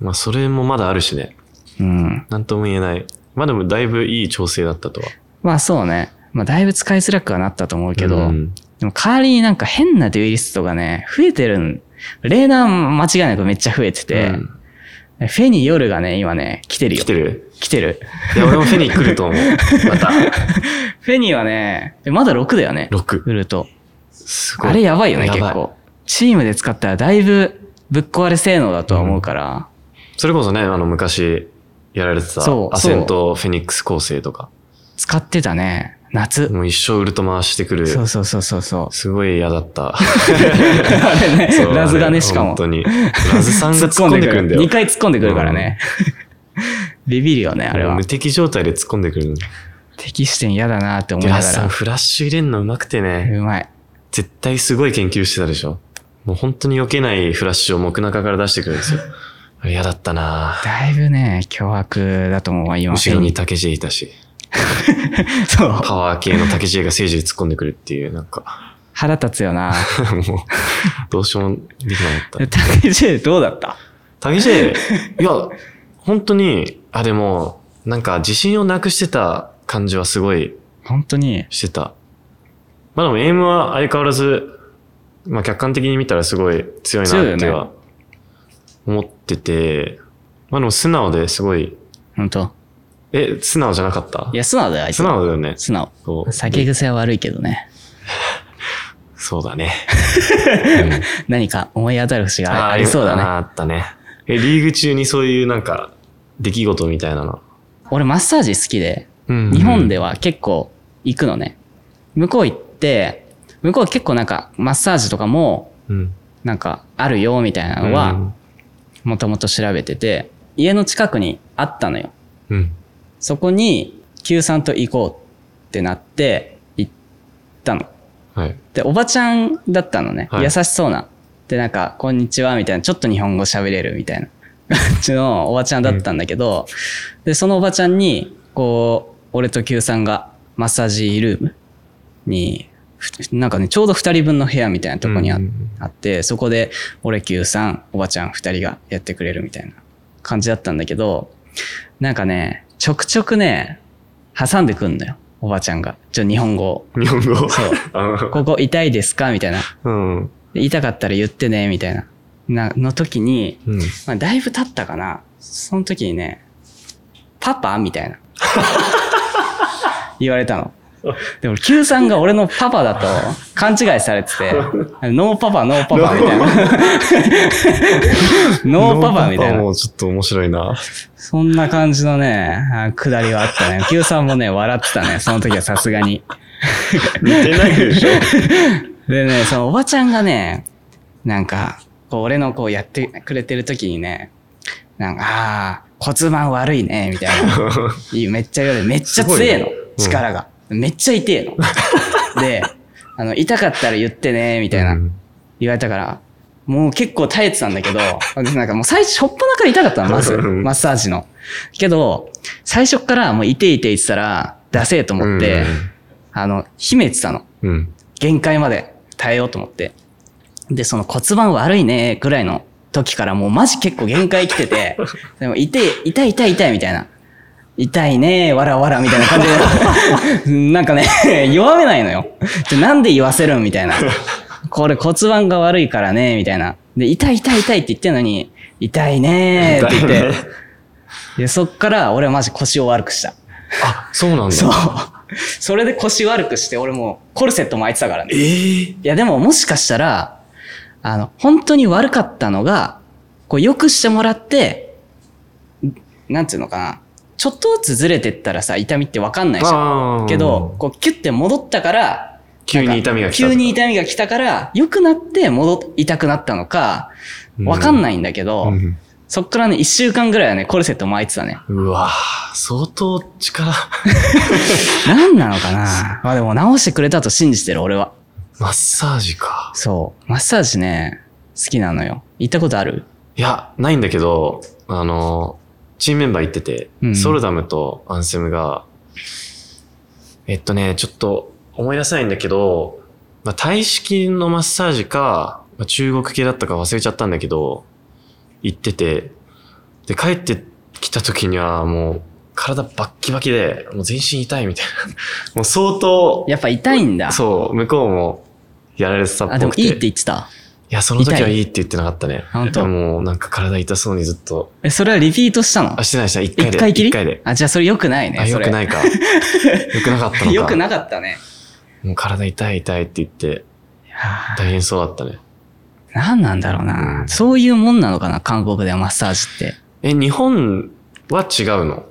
[SPEAKER 2] まあそれもまだあるしね。
[SPEAKER 1] うん。
[SPEAKER 2] なんとも言えない。まあでもだいぶいい調整だったとは。
[SPEAKER 1] まあそうね。まあだいぶ使いづらくはなったと思うけど、
[SPEAKER 2] うん
[SPEAKER 1] でも代わりになんか変なデュエリストがね、増えてるん。レーダー間違いなくめっちゃ増えてて、
[SPEAKER 2] うん
[SPEAKER 1] フェニー夜がね、今ね、来てるよ。
[SPEAKER 2] 来てる
[SPEAKER 1] 来てる。
[SPEAKER 2] いや、俺もフェニー来ると思う。また。
[SPEAKER 1] フェニーはね、えまだ6だよね。
[SPEAKER 2] 6。
[SPEAKER 1] ウルト。
[SPEAKER 2] すごい。
[SPEAKER 1] あれやばいよね、
[SPEAKER 2] やば
[SPEAKER 1] 結
[SPEAKER 2] い
[SPEAKER 1] 構。チームで使ったらだいぶぶっ壊れ性能だとは思うから。
[SPEAKER 2] それこそね、あの昔やられてた
[SPEAKER 1] そう
[SPEAKER 2] アセントフェニックス構成とか。
[SPEAKER 1] 使ってたね。夏。
[SPEAKER 2] もう一生ウルト回してくる。
[SPEAKER 1] そうそうそうそう そう。
[SPEAKER 2] すごい嫌だった。
[SPEAKER 1] あれね
[SPEAKER 2] そ う、
[SPEAKER 1] ラズが
[SPEAKER 2] あれ
[SPEAKER 1] ね、しかも。
[SPEAKER 2] 本当 に。ラズさんが突っ込んでくるんだよ
[SPEAKER 1] 2。回突っ込んでくるからね。ビビるよね、あれは
[SPEAKER 2] 無。敵状態で突っ込んでくるの。
[SPEAKER 1] 敵視点嫌だなって思い
[SPEAKER 2] で、
[SPEAKER 1] な
[SPEAKER 2] ラ
[SPEAKER 1] が
[SPEAKER 2] ズさん
[SPEAKER 1] ら。
[SPEAKER 2] フラッシュ入れんのうまくてね。
[SPEAKER 1] うまい。
[SPEAKER 2] 絶対すごい研究してたでしょ。もう本当に避けないフラッシュを木中から出してくる んですよ。あれ嫌だったな
[SPEAKER 1] だいぶね、凶悪だと思うわ、今。
[SPEAKER 2] 後ろに竹地いたし、
[SPEAKER 1] そう。
[SPEAKER 2] パワー系の竹地が聖樹で突っ込んでくるっていう、なんか、
[SPEAKER 1] 腹立つよな。
[SPEAKER 2] もう、どうしようもできなかった
[SPEAKER 1] で。竹内どうだった
[SPEAKER 2] タケ シェ、いや、本当に、あ、でも、なんか自信をなくしてた感じはすごい
[SPEAKER 1] 本当に。
[SPEAKER 2] してた。まあでも、エイムは相変わらず、まあ客観的に見たらすごい強いなっ
[SPEAKER 1] 強
[SPEAKER 2] て
[SPEAKER 1] いよ
[SPEAKER 2] は思ってて、まあでも素直ですごい、
[SPEAKER 1] 本当。
[SPEAKER 2] え、素直じゃなかった
[SPEAKER 1] いや、素直だよ、あいつ。
[SPEAKER 2] 素直だよね。
[SPEAKER 1] 素直。
[SPEAKER 2] そう
[SPEAKER 1] 酒癖は悪いけどね。
[SPEAKER 2] そう だね。
[SPEAKER 1] 何か思い当たる節
[SPEAKER 2] ー
[SPEAKER 1] がありそうだね。
[SPEAKER 2] あったね。え、リーグ中にそういうなんか、出来事みたいなの。
[SPEAKER 1] 俺マッサージ好きで、
[SPEAKER 2] うん
[SPEAKER 1] 日本では結構行くのね。向こう行って、向こう結構なんかマッサージとかも、
[SPEAKER 2] うん。
[SPEAKER 1] なんかあるよみたいなの
[SPEAKER 2] う
[SPEAKER 1] は、
[SPEAKER 2] ん
[SPEAKER 1] もともと調べてて、家の近くにあったのよ。
[SPEAKER 2] うん。
[SPEAKER 1] そこに Q さんと行こうってなって、行ったの。
[SPEAKER 2] はい。
[SPEAKER 1] で、おばちゃんだったのね。
[SPEAKER 2] はい
[SPEAKER 1] 優しそうな。で、なんか、こんにちは、みたいな。ちょっと日本語喋れる、みたいな感じのおばちゃんだったんだけど、で、そのおばちゃんに、こう、俺と Q さんがマッサージルームに、ふなんかね、ちょうど2人分の部屋みたいなとこにあ,、
[SPEAKER 2] うんうんうん
[SPEAKER 1] あって、そこで、俺 Q さん、おばちゃん2人がやってくれるみたいな感じだったんだけど、なんかね、ちょくちょくね、挟んでくんのよ、おばちゃんが。ちょ、日本語を。
[SPEAKER 2] 日本語
[SPEAKER 1] そう
[SPEAKER 2] う。
[SPEAKER 1] ここ痛いですかみたいな。
[SPEAKER 2] うん。うん。
[SPEAKER 1] で痛かったら言ってね、みたいな。な、の時に、まあ、だいぶ経ったかな。その時にね、パパみたいな。言われたの。でも、Q さんが俺のパパだと勘違いされてて、ノーパパ、ノーパパみたいな。ノーパパみたい
[SPEAKER 2] ノーパパ
[SPEAKER 1] な。
[SPEAKER 2] もちょっと面白いな。
[SPEAKER 1] そんな感じのね、あくだりはあったね。Q さんもね、笑ってたね。その時はさすがに。
[SPEAKER 2] 似てないでしょ。
[SPEAKER 1] でね、そのおばちゃんがね、なんか、こう俺のこうやってくれてる時にね、なんか、ああー、骨盤悪いね、みたいな。 いいめっちゃ言われるめっちゃ強えの、
[SPEAKER 2] すごいねうん
[SPEAKER 1] 力が。めっちゃ痛えの。 で、あの、痛かったら言ってね、みたいな、
[SPEAKER 2] うん
[SPEAKER 1] 言われたから、もう結構耐えてたんだけど、なんかもう最初、しょっぱなから痛かったの、まず、
[SPEAKER 2] うん
[SPEAKER 1] マッサージの。けど、最初からもう痛い痛いって言ってたら、出せえと思って、あの、秘めてたの。
[SPEAKER 2] うん。
[SPEAKER 1] 限界まで耐えようと思って。で、その骨盤悪いね、ぐらいの時からもうマジ結構限界来て て、でも痛い、痛い痛い痛いみたいな。痛いね、わらわらみたいな感じで、 なんかね、弱めないのよ。でなんで言わせるんみたいな。これ骨盤が悪いからね、みたいな。で、痛い痛い痛いって言ってんのに、痛いねって言っ
[SPEAKER 2] 痛い
[SPEAKER 1] て
[SPEAKER 2] ね。
[SPEAKER 1] で、そっから俺はマジ腰を悪くした。
[SPEAKER 2] あ、そうなんだ。
[SPEAKER 1] そう。それで腰悪くして、俺もうコルセット巻いてたからね。
[SPEAKER 2] ええ。
[SPEAKER 1] いや、でももしかしたら、あの、本当に悪かったのが、こう、良くしてもらって、んなんていうのかな。ちょっとずつずれてったらさ、痛みってわかんないじゃん。
[SPEAKER 2] あー
[SPEAKER 1] けど、、こう、キュッて戻ったから、
[SPEAKER 2] 急に痛みが来たとか
[SPEAKER 1] 急に痛みが来たから、良くなって戻っ、痛くなったのか、わかんないんだけど、
[SPEAKER 2] うん
[SPEAKER 1] そっからね、一週間ぐらいはね、コルセット巻いてたね。
[SPEAKER 2] うわぁ相当力。
[SPEAKER 1] なんなのかなまあでも、直してくれたと信じてる、俺は。
[SPEAKER 2] マッサージか。
[SPEAKER 1] そう。マッサージね、好きなのよ。行ったことある
[SPEAKER 2] いや、ないんだけど、あの、チームメンバー行ってて、
[SPEAKER 1] うん
[SPEAKER 2] ソルダムとアンセムが、えっとね、ちょっと思い出せないんだけど、まあ、タイ式のマッサージか、まあ、中国系だったか忘れちゃったんだけど、行ってて、で、帰ってきた時にはもう、体バッキバキで、もう全身痛いみたいな。 もう相当、
[SPEAKER 1] やっぱ痛いんだ。
[SPEAKER 2] そう、向こうもやられてたっぽ
[SPEAKER 1] あ、でも
[SPEAKER 2] くて。
[SPEAKER 1] いいって言ってた。
[SPEAKER 2] いや、その時
[SPEAKER 1] 痛
[SPEAKER 2] はいいいって言ってなかったね。
[SPEAKER 1] 本当
[SPEAKER 2] いやもうなんか体痛そうにずっと。
[SPEAKER 1] え、それはリピートしたの
[SPEAKER 2] あ、してないしてない。一回で。
[SPEAKER 1] 一回きり
[SPEAKER 2] 一回で。
[SPEAKER 1] あ、じゃあそれ良くないね。
[SPEAKER 2] あ、よくないか。よくなかったのか。
[SPEAKER 1] 良くなかったね。
[SPEAKER 2] もう体痛い痛いって言って、
[SPEAKER 1] いやー
[SPEAKER 2] 大変そうだったね。
[SPEAKER 1] 何なんだろうな、
[SPEAKER 2] うん
[SPEAKER 1] そういうもんなのかな韓国ではマッサージって。
[SPEAKER 2] え、日本は違うの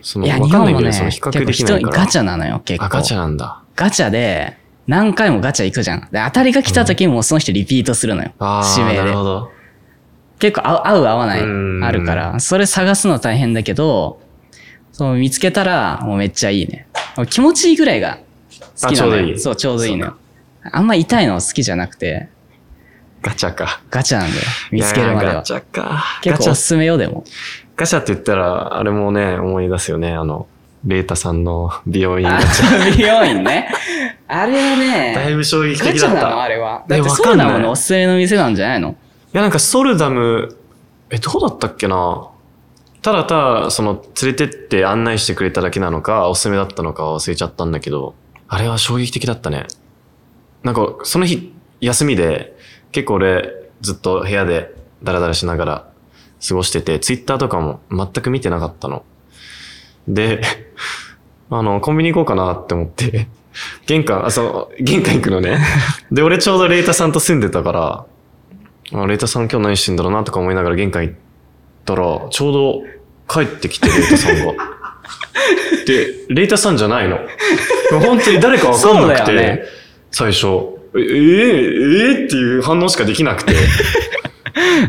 [SPEAKER 2] その、
[SPEAKER 1] いや、
[SPEAKER 2] わ
[SPEAKER 1] 日
[SPEAKER 2] かんな
[SPEAKER 1] 本
[SPEAKER 2] い
[SPEAKER 1] も
[SPEAKER 2] け
[SPEAKER 1] ね、
[SPEAKER 2] ど、その比
[SPEAKER 1] 結構
[SPEAKER 2] 較できな
[SPEAKER 1] 人
[SPEAKER 2] いから。
[SPEAKER 1] ガチャなのよ、結構。
[SPEAKER 2] あ、ガチャなんだ。
[SPEAKER 1] ガチャで、何回もガチャ行くじゃん。で、当たりが来た時もその人リピートするのよ。
[SPEAKER 2] あ
[SPEAKER 1] 指
[SPEAKER 2] ー、
[SPEAKER 1] 名
[SPEAKER 2] なる
[SPEAKER 1] で。
[SPEAKER 2] ほど。
[SPEAKER 1] 結構合う合う合わない
[SPEAKER 2] うん
[SPEAKER 1] あるから、それ探すの大変だけど、そう見つけたらもうめっちゃいいね。気持ちいいぐらいが好きなの
[SPEAKER 2] あちょうどい
[SPEAKER 1] よ。
[SPEAKER 2] い
[SPEAKER 1] そう、ちょうどいいのよ。あんま痛いの好きじゃなくて、
[SPEAKER 2] ガチャか。
[SPEAKER 1] ガチャなんだよ。見つけるまで
[SPEAKER 2] いやー
[SPEAKER 1] は
[SPEAKER 2] ガ。チャか。ガ
[SPEAKER 1] 結構
[SPEAKER 2] チ
[SPEAKER 1] おす
[SPEAKER 2] ャ、
[SPEAKER 1] すめよ、でも。
[SPEAKER 2] ガチャって言ったら、あれもね、思い出すよね。あの、レータさんの美容院ガ
[SPEAKER 1] あ
[SPEAKER 2] チャ。
[SPEAKER 1] 美容院ね。あれは
[SPEAKER 2] だい
[SPEAKER 1] ね、
[SPEAKER 2] ぶ衝撃
[SPEAKER 1] ガ
[SPEAKER 2] 的
[SPEAKER 1] チ
[SPEAKER 2] だ
[SPEAKER 1] ャ
[SPEAKER 2] っ
[SPEAKER 1] なの
[SPEAKER 2] た。
[SPEAKER 1] あ
[SPEAKER 2] い
[SPEAKER 1] れは。
[SPEAKER 2] え
[SPEAKER 1] だって
[SPEAKER 2] わ
[SPEAKER 1] そ
[SPEAKER 2] か
[SPEAKER 1] うん
[SPEAKER 2] ない
[SPEAKER 1] なものおすすめの店なんじゃないの
[SPEAKER 2] や、なんかソルダム、え、どうだったっけなただただ、その、連れてって案内してくれただけなのか、おすすめだったのか忘れちゃったんだけど、あれは衝撃的だったね。なんか、その日、休みで、結構俺、ずっと部屋で、ダラダラしながら過ごしてて、ツイッターとかも全く見てなかったの。で、 あの、コンビニ行こうかなって思って、玄関、あ、そう、玄関行くのね。 で、俺ちょうどレイタさんと住んでたから、あレイタさん今日何してんだろうなとか思いながら玄関行ったら、ちょうど帰ってきて、レイタさんが。で、レイタさんじゃないの。本当に誰かわかんなく
[SPEAKER 1] そ
[SPEAKER 2] て、
[SPEAKER 1] うだよね
[SPEAKER 2] 最初、え、えええっていう反応しかできなくて。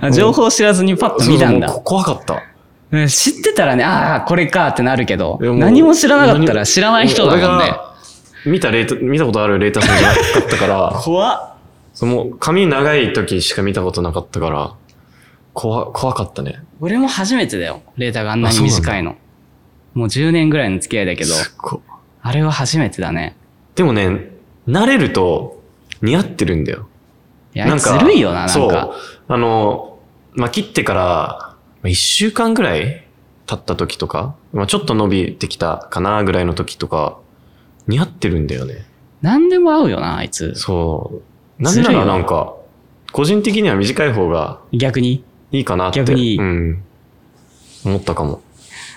[SPEAKER 1] あ情報知らずにパッと見たんだ
[SPEAKER 2] そうそうもう。こ怖かった。
[SPEAKER 1] うん知ってたらね、ああ、これかってなるけど、
[SPEAKER 2] いやう
[SPEAKER 1] 何も知らなかったら知らない人だもん
[SPEAKER 2] 俺
[SPEAKER 1] ね。
[SPEAKER 2] が見たレータ、見たことあるレータさんじゃなかったから、
[SPEAKER 1] 怖っ。
[SPEAKER 2] その髪長い時しか見たことなかったから、怖、怖かったね。
[SPEAKER 1] 俺も初めてだよ。レータがあんな
[SPEAKER 2] あ
[SPEAKER 1] に
[SPEAKER 2] そうなんだ
[SPEAKER 1] 短いの。もう10年ぐらいの付き合いだけど、
[SPEAKER 2] すっご
[SPEAKER 1] あれは初めてだね。
[SPEAKER 2] でもね、慣れると似合ってるんだよ。
[SPEAKER 1] いや、ずるいよな、なん
[SPEAKER 2] そう
[SPEAKER 1] か。。
[SPEAKER 2] あの、まあ、切ってから、まあ一週間ぐらい経った時とか、まあ、ちょっと伸びてきたかなぐらいの時とか、似合ってるんだよね。
[SPEAKER 1] 何でも合うよな、あいつ。
[SPEAKER 2] そう。な
[SPEAKER 1] ず
[SPEAKER 2] ん
[SPEAKER 1] る
[SPEAKER 2] ない
[SPEAKER 1] よ
[SPEAKER 2] らなんか、個人的には短い方が
[SPEAKER 1] 逆に。
[SPEAKER 2] いいかなって。
[SPEAKER 1] 逆にいい
[SPEAKER 2] うん。思ったかも。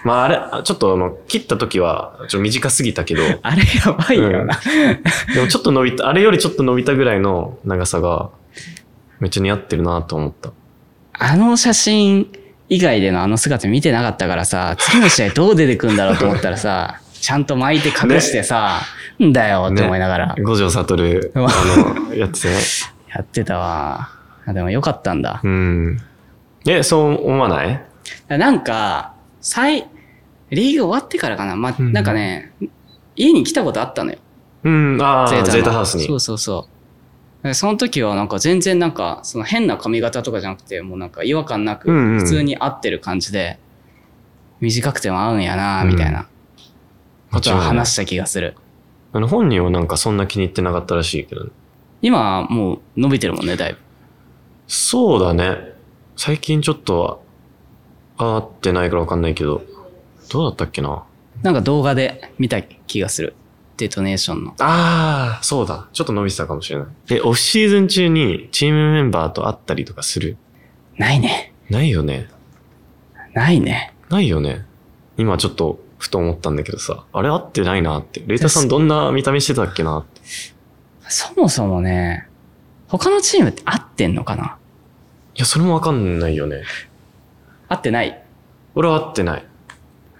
[SPEAKER 2] まああれ、ちょっとあの、切った時は、ちょっと短すぎた けど、
[SPEAKER 1] あれやばいよな。
[SPEAKER 2] でもちょっと伸びた、あれよりちょっと伸びたぐらいの長さが、めっちゃ似合ってるなと思った。
[SPEAKER 1] あの写真以外でのあの姿見てなかったからさ、次の試合どう出てくんだろうと思ったら さ、ちゃんと巻いて隠してさ、んだよって思いながら
[SPEAKER 2] 五条悟、
[SPEAKER 1] うわ
[SPEAKER 2] あの、やってたね。
[SPEAKER 1] やってたわ。あでもよかったんだ。
[SPEAKER 2] うん。え、そう思わない
[SPEAKER 1] なんか、最、リーグ終わってからかな。まあ、
[SPEAKER 2] うん
[SPEAKER 1] なんかね、家に来たことあったのよ。
[SPEAKER 2] うん、ああ、ゼ
[SPEAKER 1] の
[SPEAKER 2] ータハウスに。
[SPEAKER 1] そうそうそう。でその時はなんか全然なんか、その変な髪型とかじゃなくて、もうなんか違和感なく、
[SPEAKER 2] うんうん
[SPEAKER 1] 普通に合ってる感じで、短くても合うんやなみたいなことは話した気がする。
[SPEAKER 2] あの、本人はなんかそんな気に入ってなかったらしいけどね。
[SPEAKER 1] 今はもう伸びてるもんね、だいぶ。
[SPEAKER 2] そうだね。最近ちょっと、会ってないからわかんないけど、どうだったっけな。
[SPEAKER 1] なんか動画で見た気がする。デトネーションの。
[SPEAKER 2] ああ、そうだ。ちょっと伸びてたかもしれない。え、オフシーズン中にチームメンバーと会ったりとかする
[SPEAKER 1] ないね。
[SPEAKER 2] ないよね。
[SPEAKER 1] ないね。
[SPEAKER 2] ないよね。今ちょっと、ふと思ったんだけどさ、あれ会ってないなって。レイタさんどんな見た目してたっけなって。
[SPEAKER 1] そもそもね、他のチームって合ってんのかない
[SPEAKER 2] や、それもわかんないよね。
[SPEAKER 1] 合ってない
[SPEAKER 2] 俺は会ってない。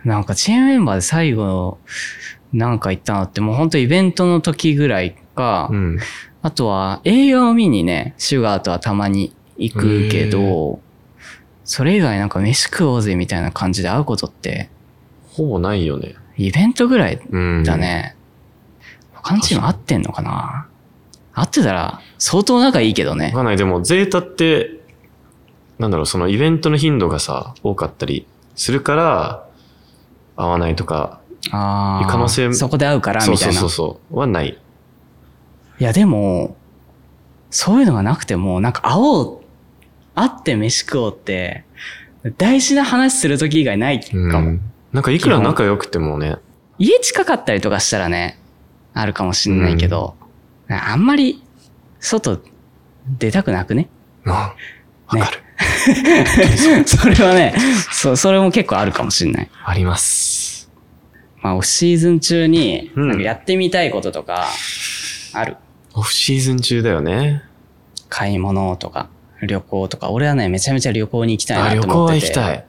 [SPEAKER 1] なんかチームメンバーで最後なんか行ったのってもうほんとイベントの時ぐらいか、
[SPEAKER 2] うん。
[SPEAKER 1] あとは映画を見にね、シュガーとはたまに行くけ
[SPEAKER 2] へ
[SPEAKER 1] ど、それ以外なんか飯食おうぜみたいな感じで会うことって、
[SPEAKER 2] ほぼないよね。
[SPEAKER 1] イベントぐらい
[SPEAKER 2] うん。
[SPEAKER 1] だ。ね。他のチーム合ってんのかな合ってたら相当仲いいけどね
[SPEAKER 2] わ。かんない。でも、ゼータって、なんだろう、そのイベントの頻度がさ、多かったりするから、合わないとか、
[SPEAKER 1] ああ。
[SPEAKER 2] 可能性
[SPEAKER 1] そこで会うから、みたい
[SPEAKER 2] そう
[SPEAKER 1] な。
[SPEAKER 2] そうそうそう、はない。
[SPEAKER 1] いや、でも、そういうのがなくても、なんか会おう、会って飯食おうって、大事な話するとき以外ないか
[SPEAKER 2] う
[SPEAKER 1] も。
[SPEAKER 2] ん。なんか、いくら仲良くてもね、
[SPEAKER 1] 家近かったりとかしたらね、あるかもしんないけど、あんまり、外、出たくなくね
[SPEAKER 2] あ わかる、
[SPEAKER 1] それはね、そ、それも結構あるかもしんない。
[SPEAKER 2] あります。
[SPEAKER 1] まあ、オフシーズン中に、
[SPEAKER 2] うん
[SPEAKER 1] なんかやってみたいこととか、ある。
[SPEAKER 2] オフシーズン中だよね。
[SPEAKER 1] 買い物とか、旅行とか。俺はね、めちゃめちゃ旅行に行きた
[SPEAKER 2] あ、
[SPEAKER 1] い
[SPEAKER 2] 旅
[SPEAKER 1] なと
[SPEAKER 2] 行
[SPEAKER 1] 思っ
[SPEAKER 2] は
[SPEAKER 1] てて。
[SPEAKER 2] 行きたい。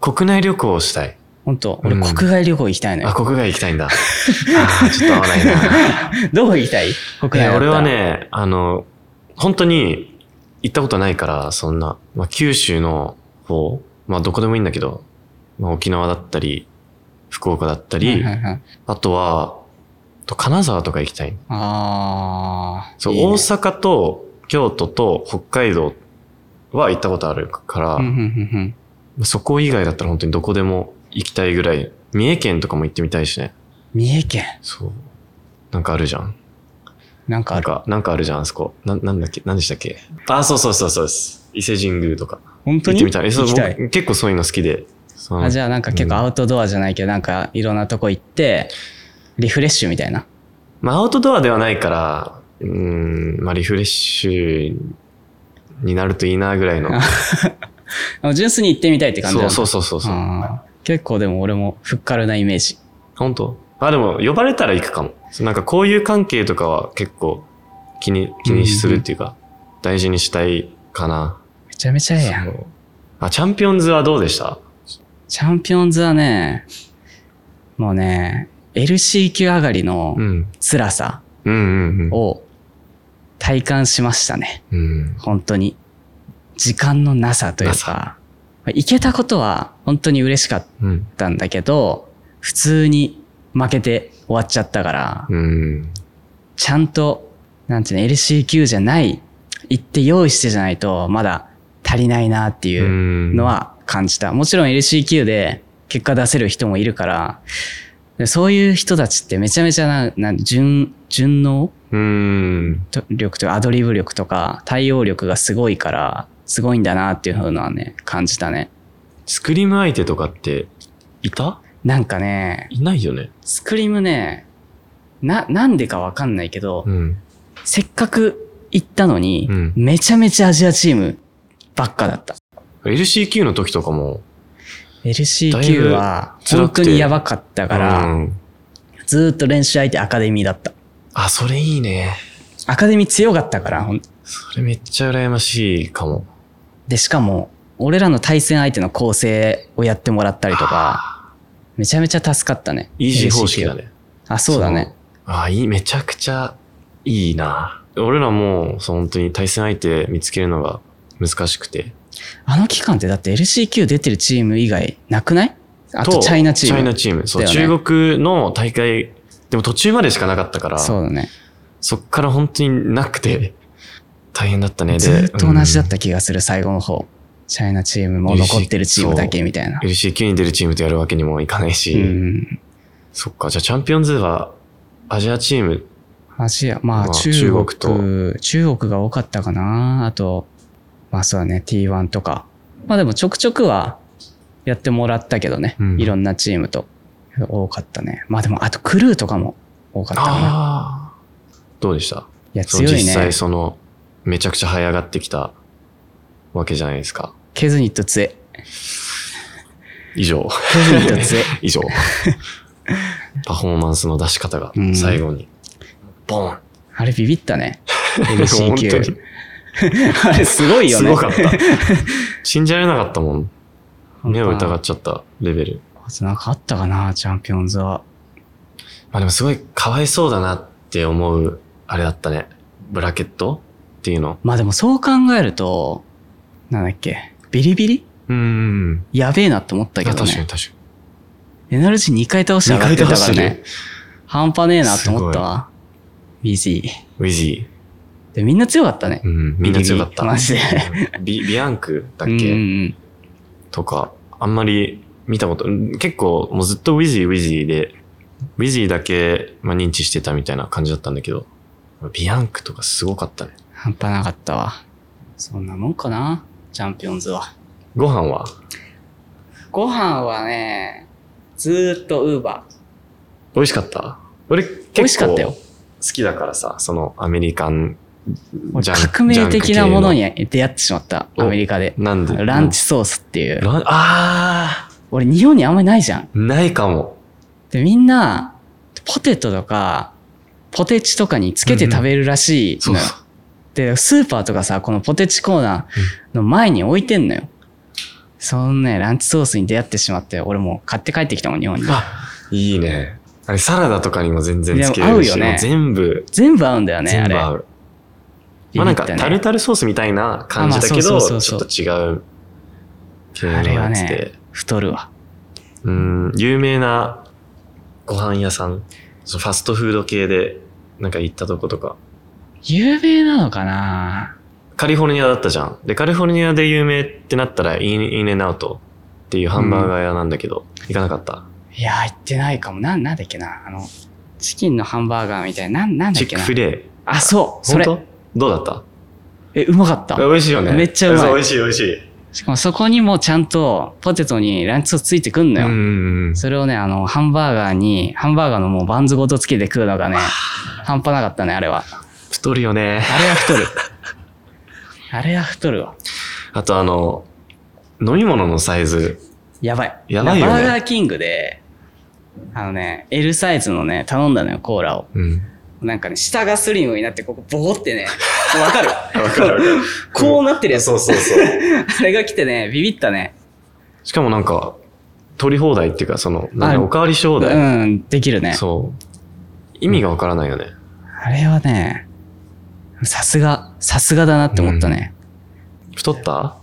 [SPEAKER 2] 国内旅行をしたい。
[SPEAKER 1] 本当俺、
[SPEAKER 2] うん
[SPEAKER 1] 国外旅行行きたいの
[SPEAKER 2] あ、
[SPEAKER 1] よ。
[SPEAKER 2] 国外行きた いんだ。あーちょっと合わないな。
[SPEAKER 1] どこ行きたい国
[SPEAKER 2] い
[SPEAKER 1] 外だった
[SPEAKER 2] や
[SPEAKER 1] ら
[SPEAKER 2] 俺は。ね、あの、本当に行ったことないから、そんな、まあ、九州の方、まあどこでもいいんだけど、まあ、沖縄だったり、福岡だったり、
[SPEAKER 1] はいはいはい
[SPEAKER 2] あとは、と金沢とか行きたい。
[SPEAKER 1] ああ。
[SPEAKER 2] そう
[SPEAKER 1] いいね
[SPEAKER 2] 大阪と京都と北海道は行ったことあるから、
[SPEAKER 1] うんうんうんうん
[SPEAKER 2] そこ以外だったら本当にどこでも行きたいぐらい、三重県とかも行ってみたいしね。
[SPEAKER 1] 三重県。
[SPEAKER 2] そう。なんかあるじゃん。
[SPEAKER 1] なんか
[SPEAKER 2] な
[SPEAKER 1] あ
[SPEAKER 2] ん
[SPEAKER 1] る。
[SPEAKER 2] か、なんかあるじゃん、あそこ。な、なんだっけ何でしたっけあ、そうそうそうそうです。伊勢神宮とか。
[SPEAKER 1] 本
[SPEAKER 2] 行
[SPEAKER 1] 当
[SPEAKER 2] っ
[SPEAKER 1] に
[SPEAKER 2] てみたい。えそう
[SPEAKER 1] 行きたい。
[SPEAKER 2] 僕結構そういうの好きで。その
[SPEAKER 1] あじゃあなんか結構アウトドアじゃないけど、なんかいろんなとこ行って、リフレッシュみたいな。
[SPEAKER 2] まあ、アウトドアではないから、うーん、まあ、リフレッシュになるといいなぐらいの。
[SPEAKER 1] ああの純粋に行ってみたいって感じ
[SPEAKER 2] そ
[SPEAKER 1] なん
[SPEAKER 2] う
[SPEAKER 1] だ
[SPEAKER 2] そうそうそうそう。
[SPEAKER 1] あー結構でも俺もふっかるなイメージ。
[SPEAKER 2] 本当あ、でも、呼ばれたら行くかも。そうなんか、こういう関係とかは結構気に、気にするっていうか、大事にしたいかな。
[SPEAKER 1] めちゃめちゃええやん。
[SPEAKER 2] そうあ、チャンピオンズはどうでした
[SPEAKER 1] チャンピオンズはね、もうね、LC 級上がりの
[SPEAKER 2] うん。
[SPEAKER 1] 辛さ
[SPEAKER 2] うんうん
[SPEAKER 1] を体感しましたね。
[SPEAKER 2] うん。うん。
[SPEAKER 1] 本当に。時間のなさという
[SPEAKER 2] な
[SPEAKER 1] か、行けたことは本当に嬉しかっ
[SPEAKER 2] うん。
[SPEAKER 1] たんだけど、普通に負けて終わっちゃったから、
[SPEAKER 2] うん。
[SPEAKER 1] ちゃんと、なんていうの、LCQ じゃない、行って用意してじゃないと、まだ足りないなっていうのは感じた。もちろん LCQ で結果出せる人もいるから、でそういう人たちってめちゃめちゃな、なん順、順応
[SPEAKER 2] うん。
[SPEAKER 1] と力とかアドリブ力とか対応力がすごいから、すごいんだなっていうのはね、感じたね。
[SPEAKER 2] スクリーム相手とかって、いた
[SPEAKER 1] なんかね、
[SPEAKER 2] いないよね。
[SPEAKER 1] スクリームね、な、なんでかわかんないけど、
[SPEAKER 2] うん。
[SPEAKER 1] せっかく行ったのに、
[SPEAKER 2] うん
[SPEAKER 1] めちゃめちゃアジアチームばっかだった。
[SPEAKER 2] LCQ の時とかも。
[SPEAKER 1] LCQ は
[SPEAKER 2] だいぶ辛
[SPEAKER 1] 本
[SPEAKER 2] くて
[SPEAKER 1] 当にやばかったから、
[SPEAKER 2] うん
[SPEAKER 1] ずーっと練習相手アカデミーだった。
[SPEAKER 2] あ、それいいね。
[SPEAKER 1] アカデミー強かったから、ほん
[SPEAKER 2] それめっちゃ羨ましいかも。
[SPEAKER 1] で、しかも、俺らの対戦相手の構成をやってもらったりとか、めちゃめちゃ助かったね。
[SPEAKER 2] イージー方式だ
[SPEAKER 1] LCQ。
[SPEAKER 2] ね。
[SPEAKER 1] あ、そうだね。
[SPEAKER 2] その。あ、いい、めちゃくちゃいいな。俺らも、そう本当に対戦相手見つけるのが難しくて。
[SPEAKER 1] あの期間ってだって LCQ 出てるチーム以外なくないあとチャイナチーム。
[SPEAKER 2] チャイナチーム。そう、
[SPEAKER 1] だよね
[SPEAKER 2] 中国の大会、でも途中までしかなかったから、そ
[SPEAKER 1] そうだね。
[SPEAKER 2] っから本当になくて、大変だったね。で
[SPEAKER 1] ずーっと同じだった気がする、最後の方。チャイナチームも残ってるチームだけみたいな。
[SPEAKER 2] LCQ に出るチームとやるわけにもいかないし、
[SPEAKER 1] うん。
[SPEAKER 2] そっか、じゃあチャンピオンズはアジアチーム、
[SPEAKER 1] アジア、まあ
[SPEAKER 2] まあ
[SPEAKER 1] 中国
[SPEAKER 2] 中国
[SPEAKER 1] と、中国が多かったかな。あと、まあそうだね、T1 とか。まあでもちょくちょくはやってもらったけどね。
[SPEAKER 2] うん
[SPEAKER 1] いろんなチームと。多かったね。まあでも、あとクルーとかも多かったかな。
[SPEAKER 2] ああ、どうでした
[SPEAKER 1] いや、
[SPEAKER 2] その
[SPEAKER 1] 強い
[SPEAKER 2] 実
[SPEAKER 1] ね
[SPEAKER 2] 際。その、めちゃくちゃ這い上がってきたわけじゃないですか。
[SPEAKER 1] ケズニット強え。
[SPEAKER 2] 以上。
[SPEAKER 1] ケズニット強え。
[SPEAKER 2] 以上。パフォーマンスの出し方が
[SPEAKER 1] うん
[SPEAKER 2] 最後に、ボン
[SPEAKER 1] あれビビったね。
[SPEAKER 2] 本当
[SPEAKER 1] LCQ
[SPEAKER 2] に。
[SPEAKER 1] あれすごいよ
[SPEAKER 2] す
[SPEAKER 1] ね。
[SPEAKER 2] ご かった。信じられなかったもん。目を疑っ
[SPEAKER 1] ち
[SPEAKER 2] ちゃったレベル。
[SPEAKER 1] ゃう。なんかあったかな、チャンピオンズは。
[SPEAKER 2] まあでもすごいかわいそうだなって思う、あれだったね。ブラケットっていうの。
[SPEAKER 1] まあでもそう考えると、なんだっけ、ビリビリ
[SPEAKER 2] うーん。
[SPEAKER 1] やべえなって思った
[SPEAKER 2] あ
[SPEAKER 1] け
[SPEAKER 2] 確
[SPEAKER 1] ど
[SPEAKER 2] かに確
[SPEAKER 1] ね。
[SPEAKER 2] か
[SPEAKER 1] エ
[SPEAKER 2] に。
[SPEAKER 1] ナルジ2回倒して上がってたから
[SPEAKER 2] 二回倒して
[SPEAKER 1] ね。半端ねえなって思ったわ。ビジー。
[SPEAKER 2] ウィジー。
[SPEAKER 1] で、みんな強かったね
[SPEAKER 2] う。ん、みんな強かった。
[SPEAKER 1] マジで
[SPEAKER 2] うんビビアンクだっ
[SPEAKER 1] うんうんう
[SPEAKER 2] け
[SPEAKER 1] ん
[SPEAKER 2] とか、あんまり見たこと、うん結構もうずっとウィジーウィジーで、ウィジーだけ、まあ、認知してたみたいな感じだったんだけど、ビアンクとかすごかったね。
[SPEAKER 1] 半端なかったわ。そんなもんかな、チャンピオンズは。
[SPEAKER 2] ご飯は
[SPEAKER 1] ご飯はね、ずーっとウーバー。
[SPEAKER 2] 美味しかった俺
[SPEAKER 1] 美味
[SPEAKER 2] 結
[SPEAKER 1] しか
[SPEAKER 2] 構
[SPEAKER 1] ったよ
[SPEAKER 2] 好。きだからさ、そのアメリカン
[SPEAKER 1] 俺
[SPEAKER 2] ジャン
[SPEAKER 1] 革命的なもの。
[SPEAKER 2] ジャン
[SPEAKER 1] に
[SPEAKER 2] ク
[SPEAKER 1] 出会ってしまった、
[SPEAKER 2] お
[SPEAKER 1] アメリカで
[SPEAKER 2] 系。のなんで
[SPEAKER 1] ランチソースっていう。
[SPEAKER 2] ランあ
[SPEAKER 1] 俺日本にあんまりないじゃん。
[SPEAKER 2] ー、ないかも。
[SPEAKER 1] で、みんな、ポテトとか、ポテチとかにつけて食べるらしい
[SPEAKER 2] そ
[SPEAKER 1] の
[SPEAKER 2] う
[SPEAKER 1] よ。
[SPEAKER 2] そ
[SPEAKER 1] で、スーパーとかさ、このポテチコーナーの前に置いてんのよ。そのね、ランチソースに出会ってしまって、俺もう買って帰ってきたもん、日本に
[SPEAKER 2] う。。あ、いいね。あれサラダとかにも全然つけ
[SPEAKER 1] でも
[SPEAKER 2] れ
[SPEAKER 1] 合う
[SPEAKER 2] るし、
[SPEAKER 1] よね
[SPEAKER 2] もう全部、
[SPEAKER 1] 全部合うんだよね、あ
[SPEAKER 2] 全
[SPEAKER 1] れ。
[SPEAKER 2] 部合う。まあなんか
[SPEAKER 1] ビビった
[SPEAKER 2] タルタルソースみたいな感じだけ
[SPEAKER 1] あまあそう
[SPEAKER 2] ど、
[SPEAKER 1] そう
[SPEAKER 2] ち
[SPEAKER 1] そ
[SPEAKER 2] ょ
[SPEAKER 1] う
[SPEAKER 2] っ
[SPEAKER 1] そ
[SPEAKER 2] と
[SPEAKER 1] う
[SPEAKER 2] 違う系の
[SPEAKER 1] あれは
[SPEAKER 2] やつ
[SPEAKER 1] ね
[SPEAKER 2] で。、
[SPEAKER 1] 太るわ。
[SPEAKER 2] うん、有名なご飯屋さん、そのファストフード系で、なんか行ったとことか。
[SPEAKER 1] 有名なのかな
[SPEAKER 2] カリフォルニアだったじゃん。で、カリフォルニアで有名ってなったら、イン、インエンアウトっていうハンバーガー屋なんだけど、行かなかった。
[SPEAKER 1] いや、行ってないかも。なん、なんだっけな。あの、チキンのハンバーガーみたいな。なん、なんだっ
[SPEAKER 2] チ
[SPEAKER 1] け
[SPEAKER 2] ッ
[SPEAKER 1] な
[SPEAKER 2] ク。フィレ
[SPEAKER 1] あ、そう、そ
[SPEAKER 2] ー。
[SPEAKER 1] れ。
[SPEAKER 2] 本当どうだった
[SPEAKER 1] え、うまかった。
[SPEAKER 2] 美味しいよね。
[SPEAKER 1] めっちゃうまい
[SPEAKER 2] そう美味しい美味しい。
[SPEAKER 1] しかもそこにもちゃんとポテトにランチソースついてくんのよ。
[SPEAKER 2] うんうんうん。
[SPEAKER 1] それをね、あの、ハンバーガーに、ハンバーガーのもうバンズごとつけて食うのがね、半端なかったね、あれは。
[SPEAKER 2] 太るよね。
[SPEAKER 1] あれは太る。 あれは太るわ。
[SPEAKER 2] あとあの、飲み物のサイズ。
[SPEAKER 1] やばい。
[SPEAKER 2] やばいよね
[SPEAKER 1] バーガーキングで、あのね、L サイズのね、頼んだのよ、コーラを。
[SPEAKER 2] うん。
[SPEAKER 1] なんかね、下がスリムになって、ここボコってね、わ かる
[SPEAKER 2] わかるわかる
[SPEAKER 1] こうなってるやつ。
[SPEAKER 2] そうそうそう。
[SPEAKER 1] あれが来てね、ビビったね。
[SPEAKER 2] しかもなんか、取り放題っていうか、その、なん
[SPEAKER 1] あ
[SPEAKER 2] かおかわりし放
[SPEAKER 1] う
[SPEAKER 2] 題。
[SPEAKER 1] ん、できるね。
[SPEAKER 2] そう。意味がわからないよね。
[SPEAKER 1] あれはね、さすが、さすがだなって思ったね。
[SPEAKER 2] 太った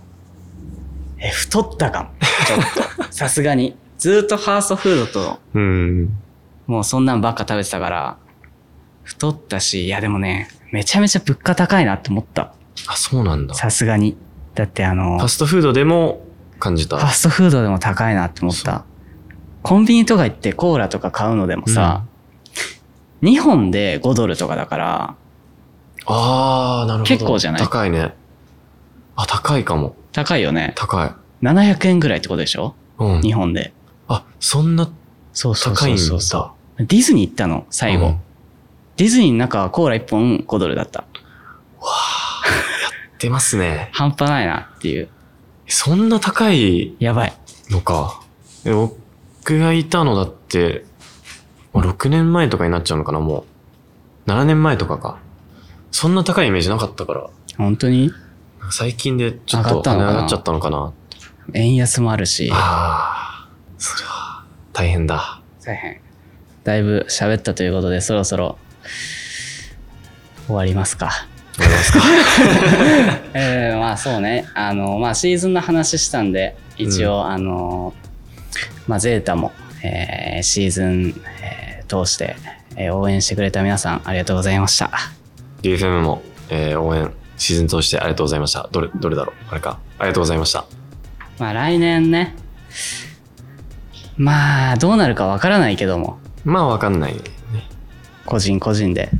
[SPEAKER 1] え、太ったかも。ちょっと。さすがに。ずーっとファーストフードと、
[SPEAKER 2] うん。
[SPEAKER 1] もうそんなんばっか食べてたから、太ったし、いやでもね、めちゃめちゃ物価高いなって思った。
[SPEAKER 2] あ、そうなんだ。
[SPEAKER 1] さすがに。だってあの、
[SPEAKER 2] ファ
[SPEAKER 1] フ
[SPEAKER 2] ストフードでも感じた。
[SPEAKER 1] ァストフードでも高いなって思った。コンビニとか行ってコーラとか買うのでもさ、2本で5ドルとかだから、
[SPEAKER 2] ああ、なるほど。
[SPEAKER 1] 結構じゃない
[SPEAKER 2] 高いね。あ、高いかも。
[SPEAKER 1] 高いよね。
[SPEAKER 2] 高い。
[SPEAKER 1] 700円ぐらいってことでしょ
[SPEAKER 2] うん。
[SPEAKER 1] 日本で。
[SPEAKER 2] あ、そんな
[SPEAKER 1] そうそう
[SPEAKER 2] 高い
[SPEAKER 1] そ
[SPEAKER 2] ん
[SPEAKER 1] う
[SPEAKER 2] だ。
[SPEAKER 1] そうディズニー行ったの、最後。
[SPEAKER 2] うん
[SPEAKER 1] ディズニーの中はコーラ1本5ドルだった。
[SPEAKER 2] 出ますね。
[SPEAKER 1] 半端ないなっていう。
[SPEAKER 2] そんな高い
[SPEAKER 1] やばい。
[SPEAKER 2] のか。え僕がいたのだって、まあ6年前とかになっちゃうのかな、もう。7年前とかか。そんな高いイメージなかったから。
[SPEAKER 1] 本当に
[SPEAKER 2] 最近でちょっ
[SPEAKER 1] 上が
[SPEAKER 2] と
[SPEAKER 1] った
[SPEAKER 2] 跳
[SPEAKER 1] の
[SPEAKER 2] ね
[SPEAKER 1] か
[SPEAKER 2] 上
[SPEAKER 1] な
[SPEAKER 2] がっちゃったのかな。
[SPEAKER 1] 円安もあるし、
[SPEAKER 2] ああ、それは大変だ。
[SPEAKER 1] 大変。だいぶ喋ったということで、そろそろ終わりますか。
[SPEAKER 2] 思いますか
[SPEAKER 1] えー、まあそうね。あの、まあシーズンの話したんで、一応、あの、まあゼータも、えーシーズン、えー通して、えー応援してくれた皆さんありがとうございました。
[SPEAKER 2] ?DFM も、えー応援、シーズン通してありがとうございました。どれ、どれだろうあれか。ありがとうございました。
[SPEAKER 1] まあ来年ね、まあどうなるかわからないけども、
[SPEAKER 2] まあ、わかんないね。
[SPEAKER 1] 個人個人で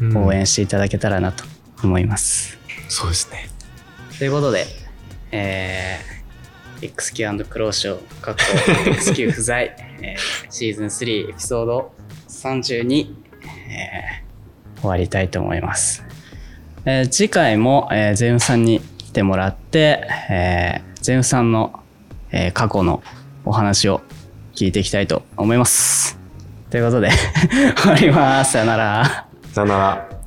[SPEAKER 2] うん
[SPEAKER 1] 応援していただけたらなと思います。
[SPEAKER 2] そうですね。
[SPEAKER 1] ということで、えー、XQ& クローショー、かっこ XQ 不在、 えーシーズン3エピソード32、えー終わりたいと思います。えー次回も、えーゼウムさんに来てもらって、えーゼウムさんの、えー過去のお話を聞いていきたい と思います。ということで、終わります。さよなら。
[SPEAKER 2] さよなら。